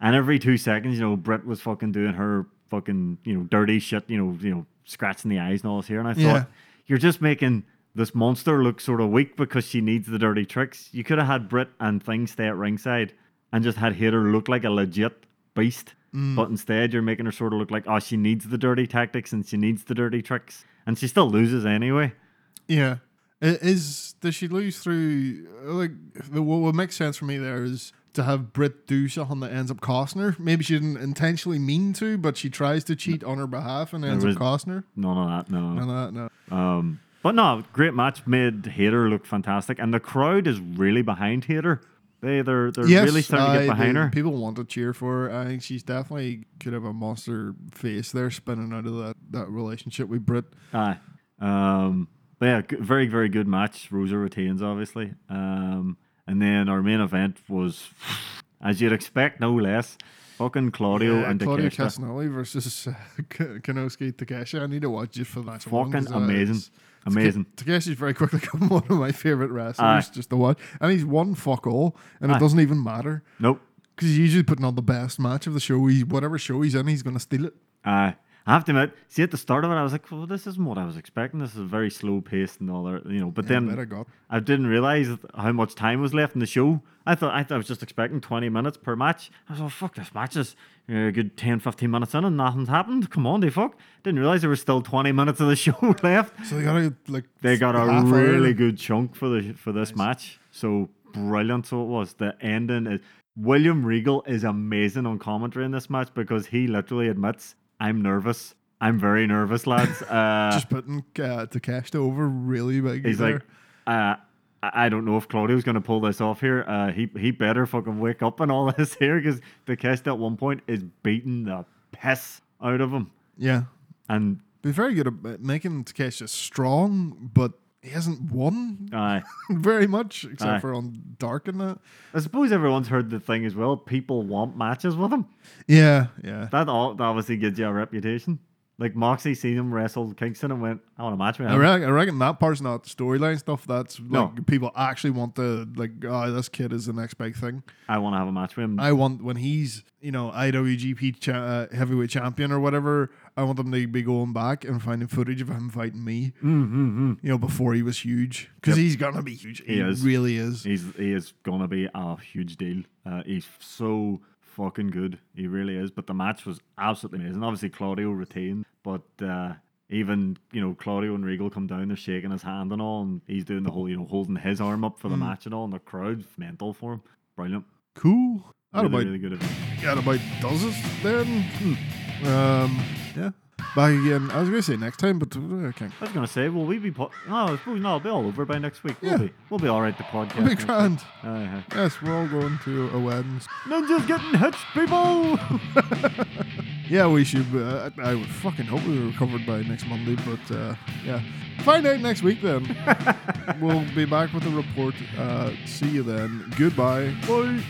[SPEAKER 2] And every two seconds, you know, Britt was fucking doing her fucking, you know, dirty shit, you know, you know, scratching the eyes and all this here. And I thought,
[SPEAKER 1] Yeah.
[SPEAKER 2] you're just making this monster look sort of weak because she needs the dirty tricks. You could have had Britt and Thing stay at ringside and just had Hater look like a legit beast. But instead, you're making her sort of look like, oh, she needs the dirty tactics and she needs the dirty tricks. And she still loses anyway.
[SPEAKER 1] Yeah. I- Is does she lose through like the, what would make sense for me there is to have Brit do something that ends up costing her. Maybe she didn't intentionally mean to, but she tries to cheat on her behalf and ends
[SPEAKER 2] There
[SPEAKER 1] up
[SPEAKER 2] was-
[SPEAKER 1] costing her.
[SPEAKER 2] None of that, no.
[SPEAKER 1] No, no, no.
[SPEAKER 2] Um, but no, great match made Hater look fantastic, and the crowd is really behind Hater. They they're they're really starting to
[SPEAKER 1] aye,
[SPEAKER 2] get behind
[SPEAKER 1] the
[SPEAKER 2] her.
[SPEAKER 1] People want to cheer for her. I think she's definitely could have a monster face there spinning out of that, that relationship with Brit.
[SPEAKER 2] Aye. Um, But yeah, g- very, very good match. Rosa retains, obviously. Um, and then our main event was, as you'd expect, no less. Fucking Claudio
[SPEAKER 1] Yeah,
[SPEAKER 2] and
[SPEAKER 1] Uh, Claudio
[SPEAKER 2] Takeshita.
[SPEAKER 1] Castagnoli versus uh, K- Kanosuke Takeshi. I need to watch it for that. one,
[SPEAKER 2] Fucking
[SPEAKER 1] 'cause, uh,
[SPEAKER 2] amazing.
[SPEAKER 1] it's-
[SPEAKER 2] Amazing.
[SPEAKER 1] Takeshi's very quickly become one of my favorite wrestlers
[SPEAKER 2] Aye.
[SPEAKER 1] just to watch. And he's won fuck all, and
[SPEAKER 2] Aye.
[SPEAKER 1] it doesn't even matter.
[SPEAKER 2] Nope.
[SPEAKER 1] Because he's usually putting on the best match of the show. He, whatever show he's in, he's going to steal it.
[SPEAKER 2] Uh, I have to admit, see, at the start of it, I was like, well, this isn't what I was expecting. This is very slow paced and all that, you know. But then
[SPEAKER 1] better God.
[SPEAKER 2] I didn't realize how much time was left in the show. I thought I, thought I was just expecting 20 minutes per match. I was like, fuck, this match is uh, a good 10, 15 minutes in and nothing's happened. Come on, they fuck. Didn't realize there was still 20 minutes of the show left.
[SPEAKER 1] So they got to, like,
[SPEAKER 2] They got a
[SPEAKER 1] half hour.
[SPEAKER 2] really good chunk for the for this match. So brilliant, so it was. The ending is William Regal is amazing on commentary in this match because he literally admits, "I'm nervous. I'm very nervous, lads." Uh,
[SPEAKER 1] Just putting uh, Takeshi over really big.
[SPEAKER 2] he's
[SPEAKER 1] there.
[SPEAKER 2] like, uh, "I I don't know if Claudio's going to pull this off here. Uh, he he better fucking wake up and all this here because the cast at one point is beating the piss out of him."
[SPEAKER 1] yeah.
[SPEAKER 2] And
[SPEAKER 1] They're very good at making Takeshi strong, but he hasn't won
[SPEAKER 2] uh,
[SPEAKER 1] very much, except
[SPEAKER 2] Aye.
[SPEAKER 1] for on Dark and that.
[SPEAKER 2] I suppose everyone's heard the thing as well. People want matches with him.
[SPEAKER 1] Yeah, yeah.
[SPEAKER 2] That all that obviously gives you a reputation. Like Moxie seen him wrestle Kingston and went, I want a match with
[SPEAKER 1] I
[SPEAKER 2] him.
[SPEAKER 1] reckon, I reckon that part's not storyline stuff. That's like
[SPEAKER 2] No.
[SPEAKER 1] people actually want to like, oh, this kid is the next big thing.
[SPEAKER 2] I want to have a match with him.
[SPEAKER 1] I want when he's you know IWGP cha- uh, heavyweight champion or whatever. I want them to be going back and finding footage of him fighting me.
[SPEAKER 2] Mm-hmm.
[SPEAKER 1] You know, before he was huge, because he's gonna be huge. He,
[SPEAKER 2] is.
[SPEAKER 1] really is.
[SPEAKER 2] He's he is gonna be a huge deal. Uh, he's so fucking good. He really is. But the match was absolutely amazing. Obviously Claudio retained, but uh, even you know Claudio and Regal come down, they're shaking his hand and all, and he's doing the whole you know holding his arm up for
[SPEAKER 1] Hmm.
[SPEAKER 2] the match and all, and the crowd's mental for him. Brilliant.
[SPEAKER 1] Cool. That
[SPEAKER 2] Really,
[SPEAKER 1] about
[SPEAKER 2] really good. event.
[SPEAKER 1] that about does it then. Hmm. Um, yeah. Back again. I was gonna say next time, but uh, I can't.
[SPEAKER 2] I was gonna say, will we be? Po- no, I suppose no, it'll be all over by next week.
[SPEAKER 1] Yeah.
[SPEAKER 2] We'll be, we'll be all right. The podcast.
[SPEAKER 1] Big
[SPEAKER 2] next week.
[SPEAKER 1] grand.
[SPEAKER 2] Uh-huh.
[SPEAKER 1] Yes, we're all going to a wedding.
[SPEAKER 2] Ninjas getting hit, people!
[SPEAKER 1] Yeah, we should. Uh, I I would fucking hope we were recovered by next Monday, but uh, yeah. Find out next week then. we'll be back with a report. Uh, see you then. Goodbye.
[SPEAKER 2] Bye.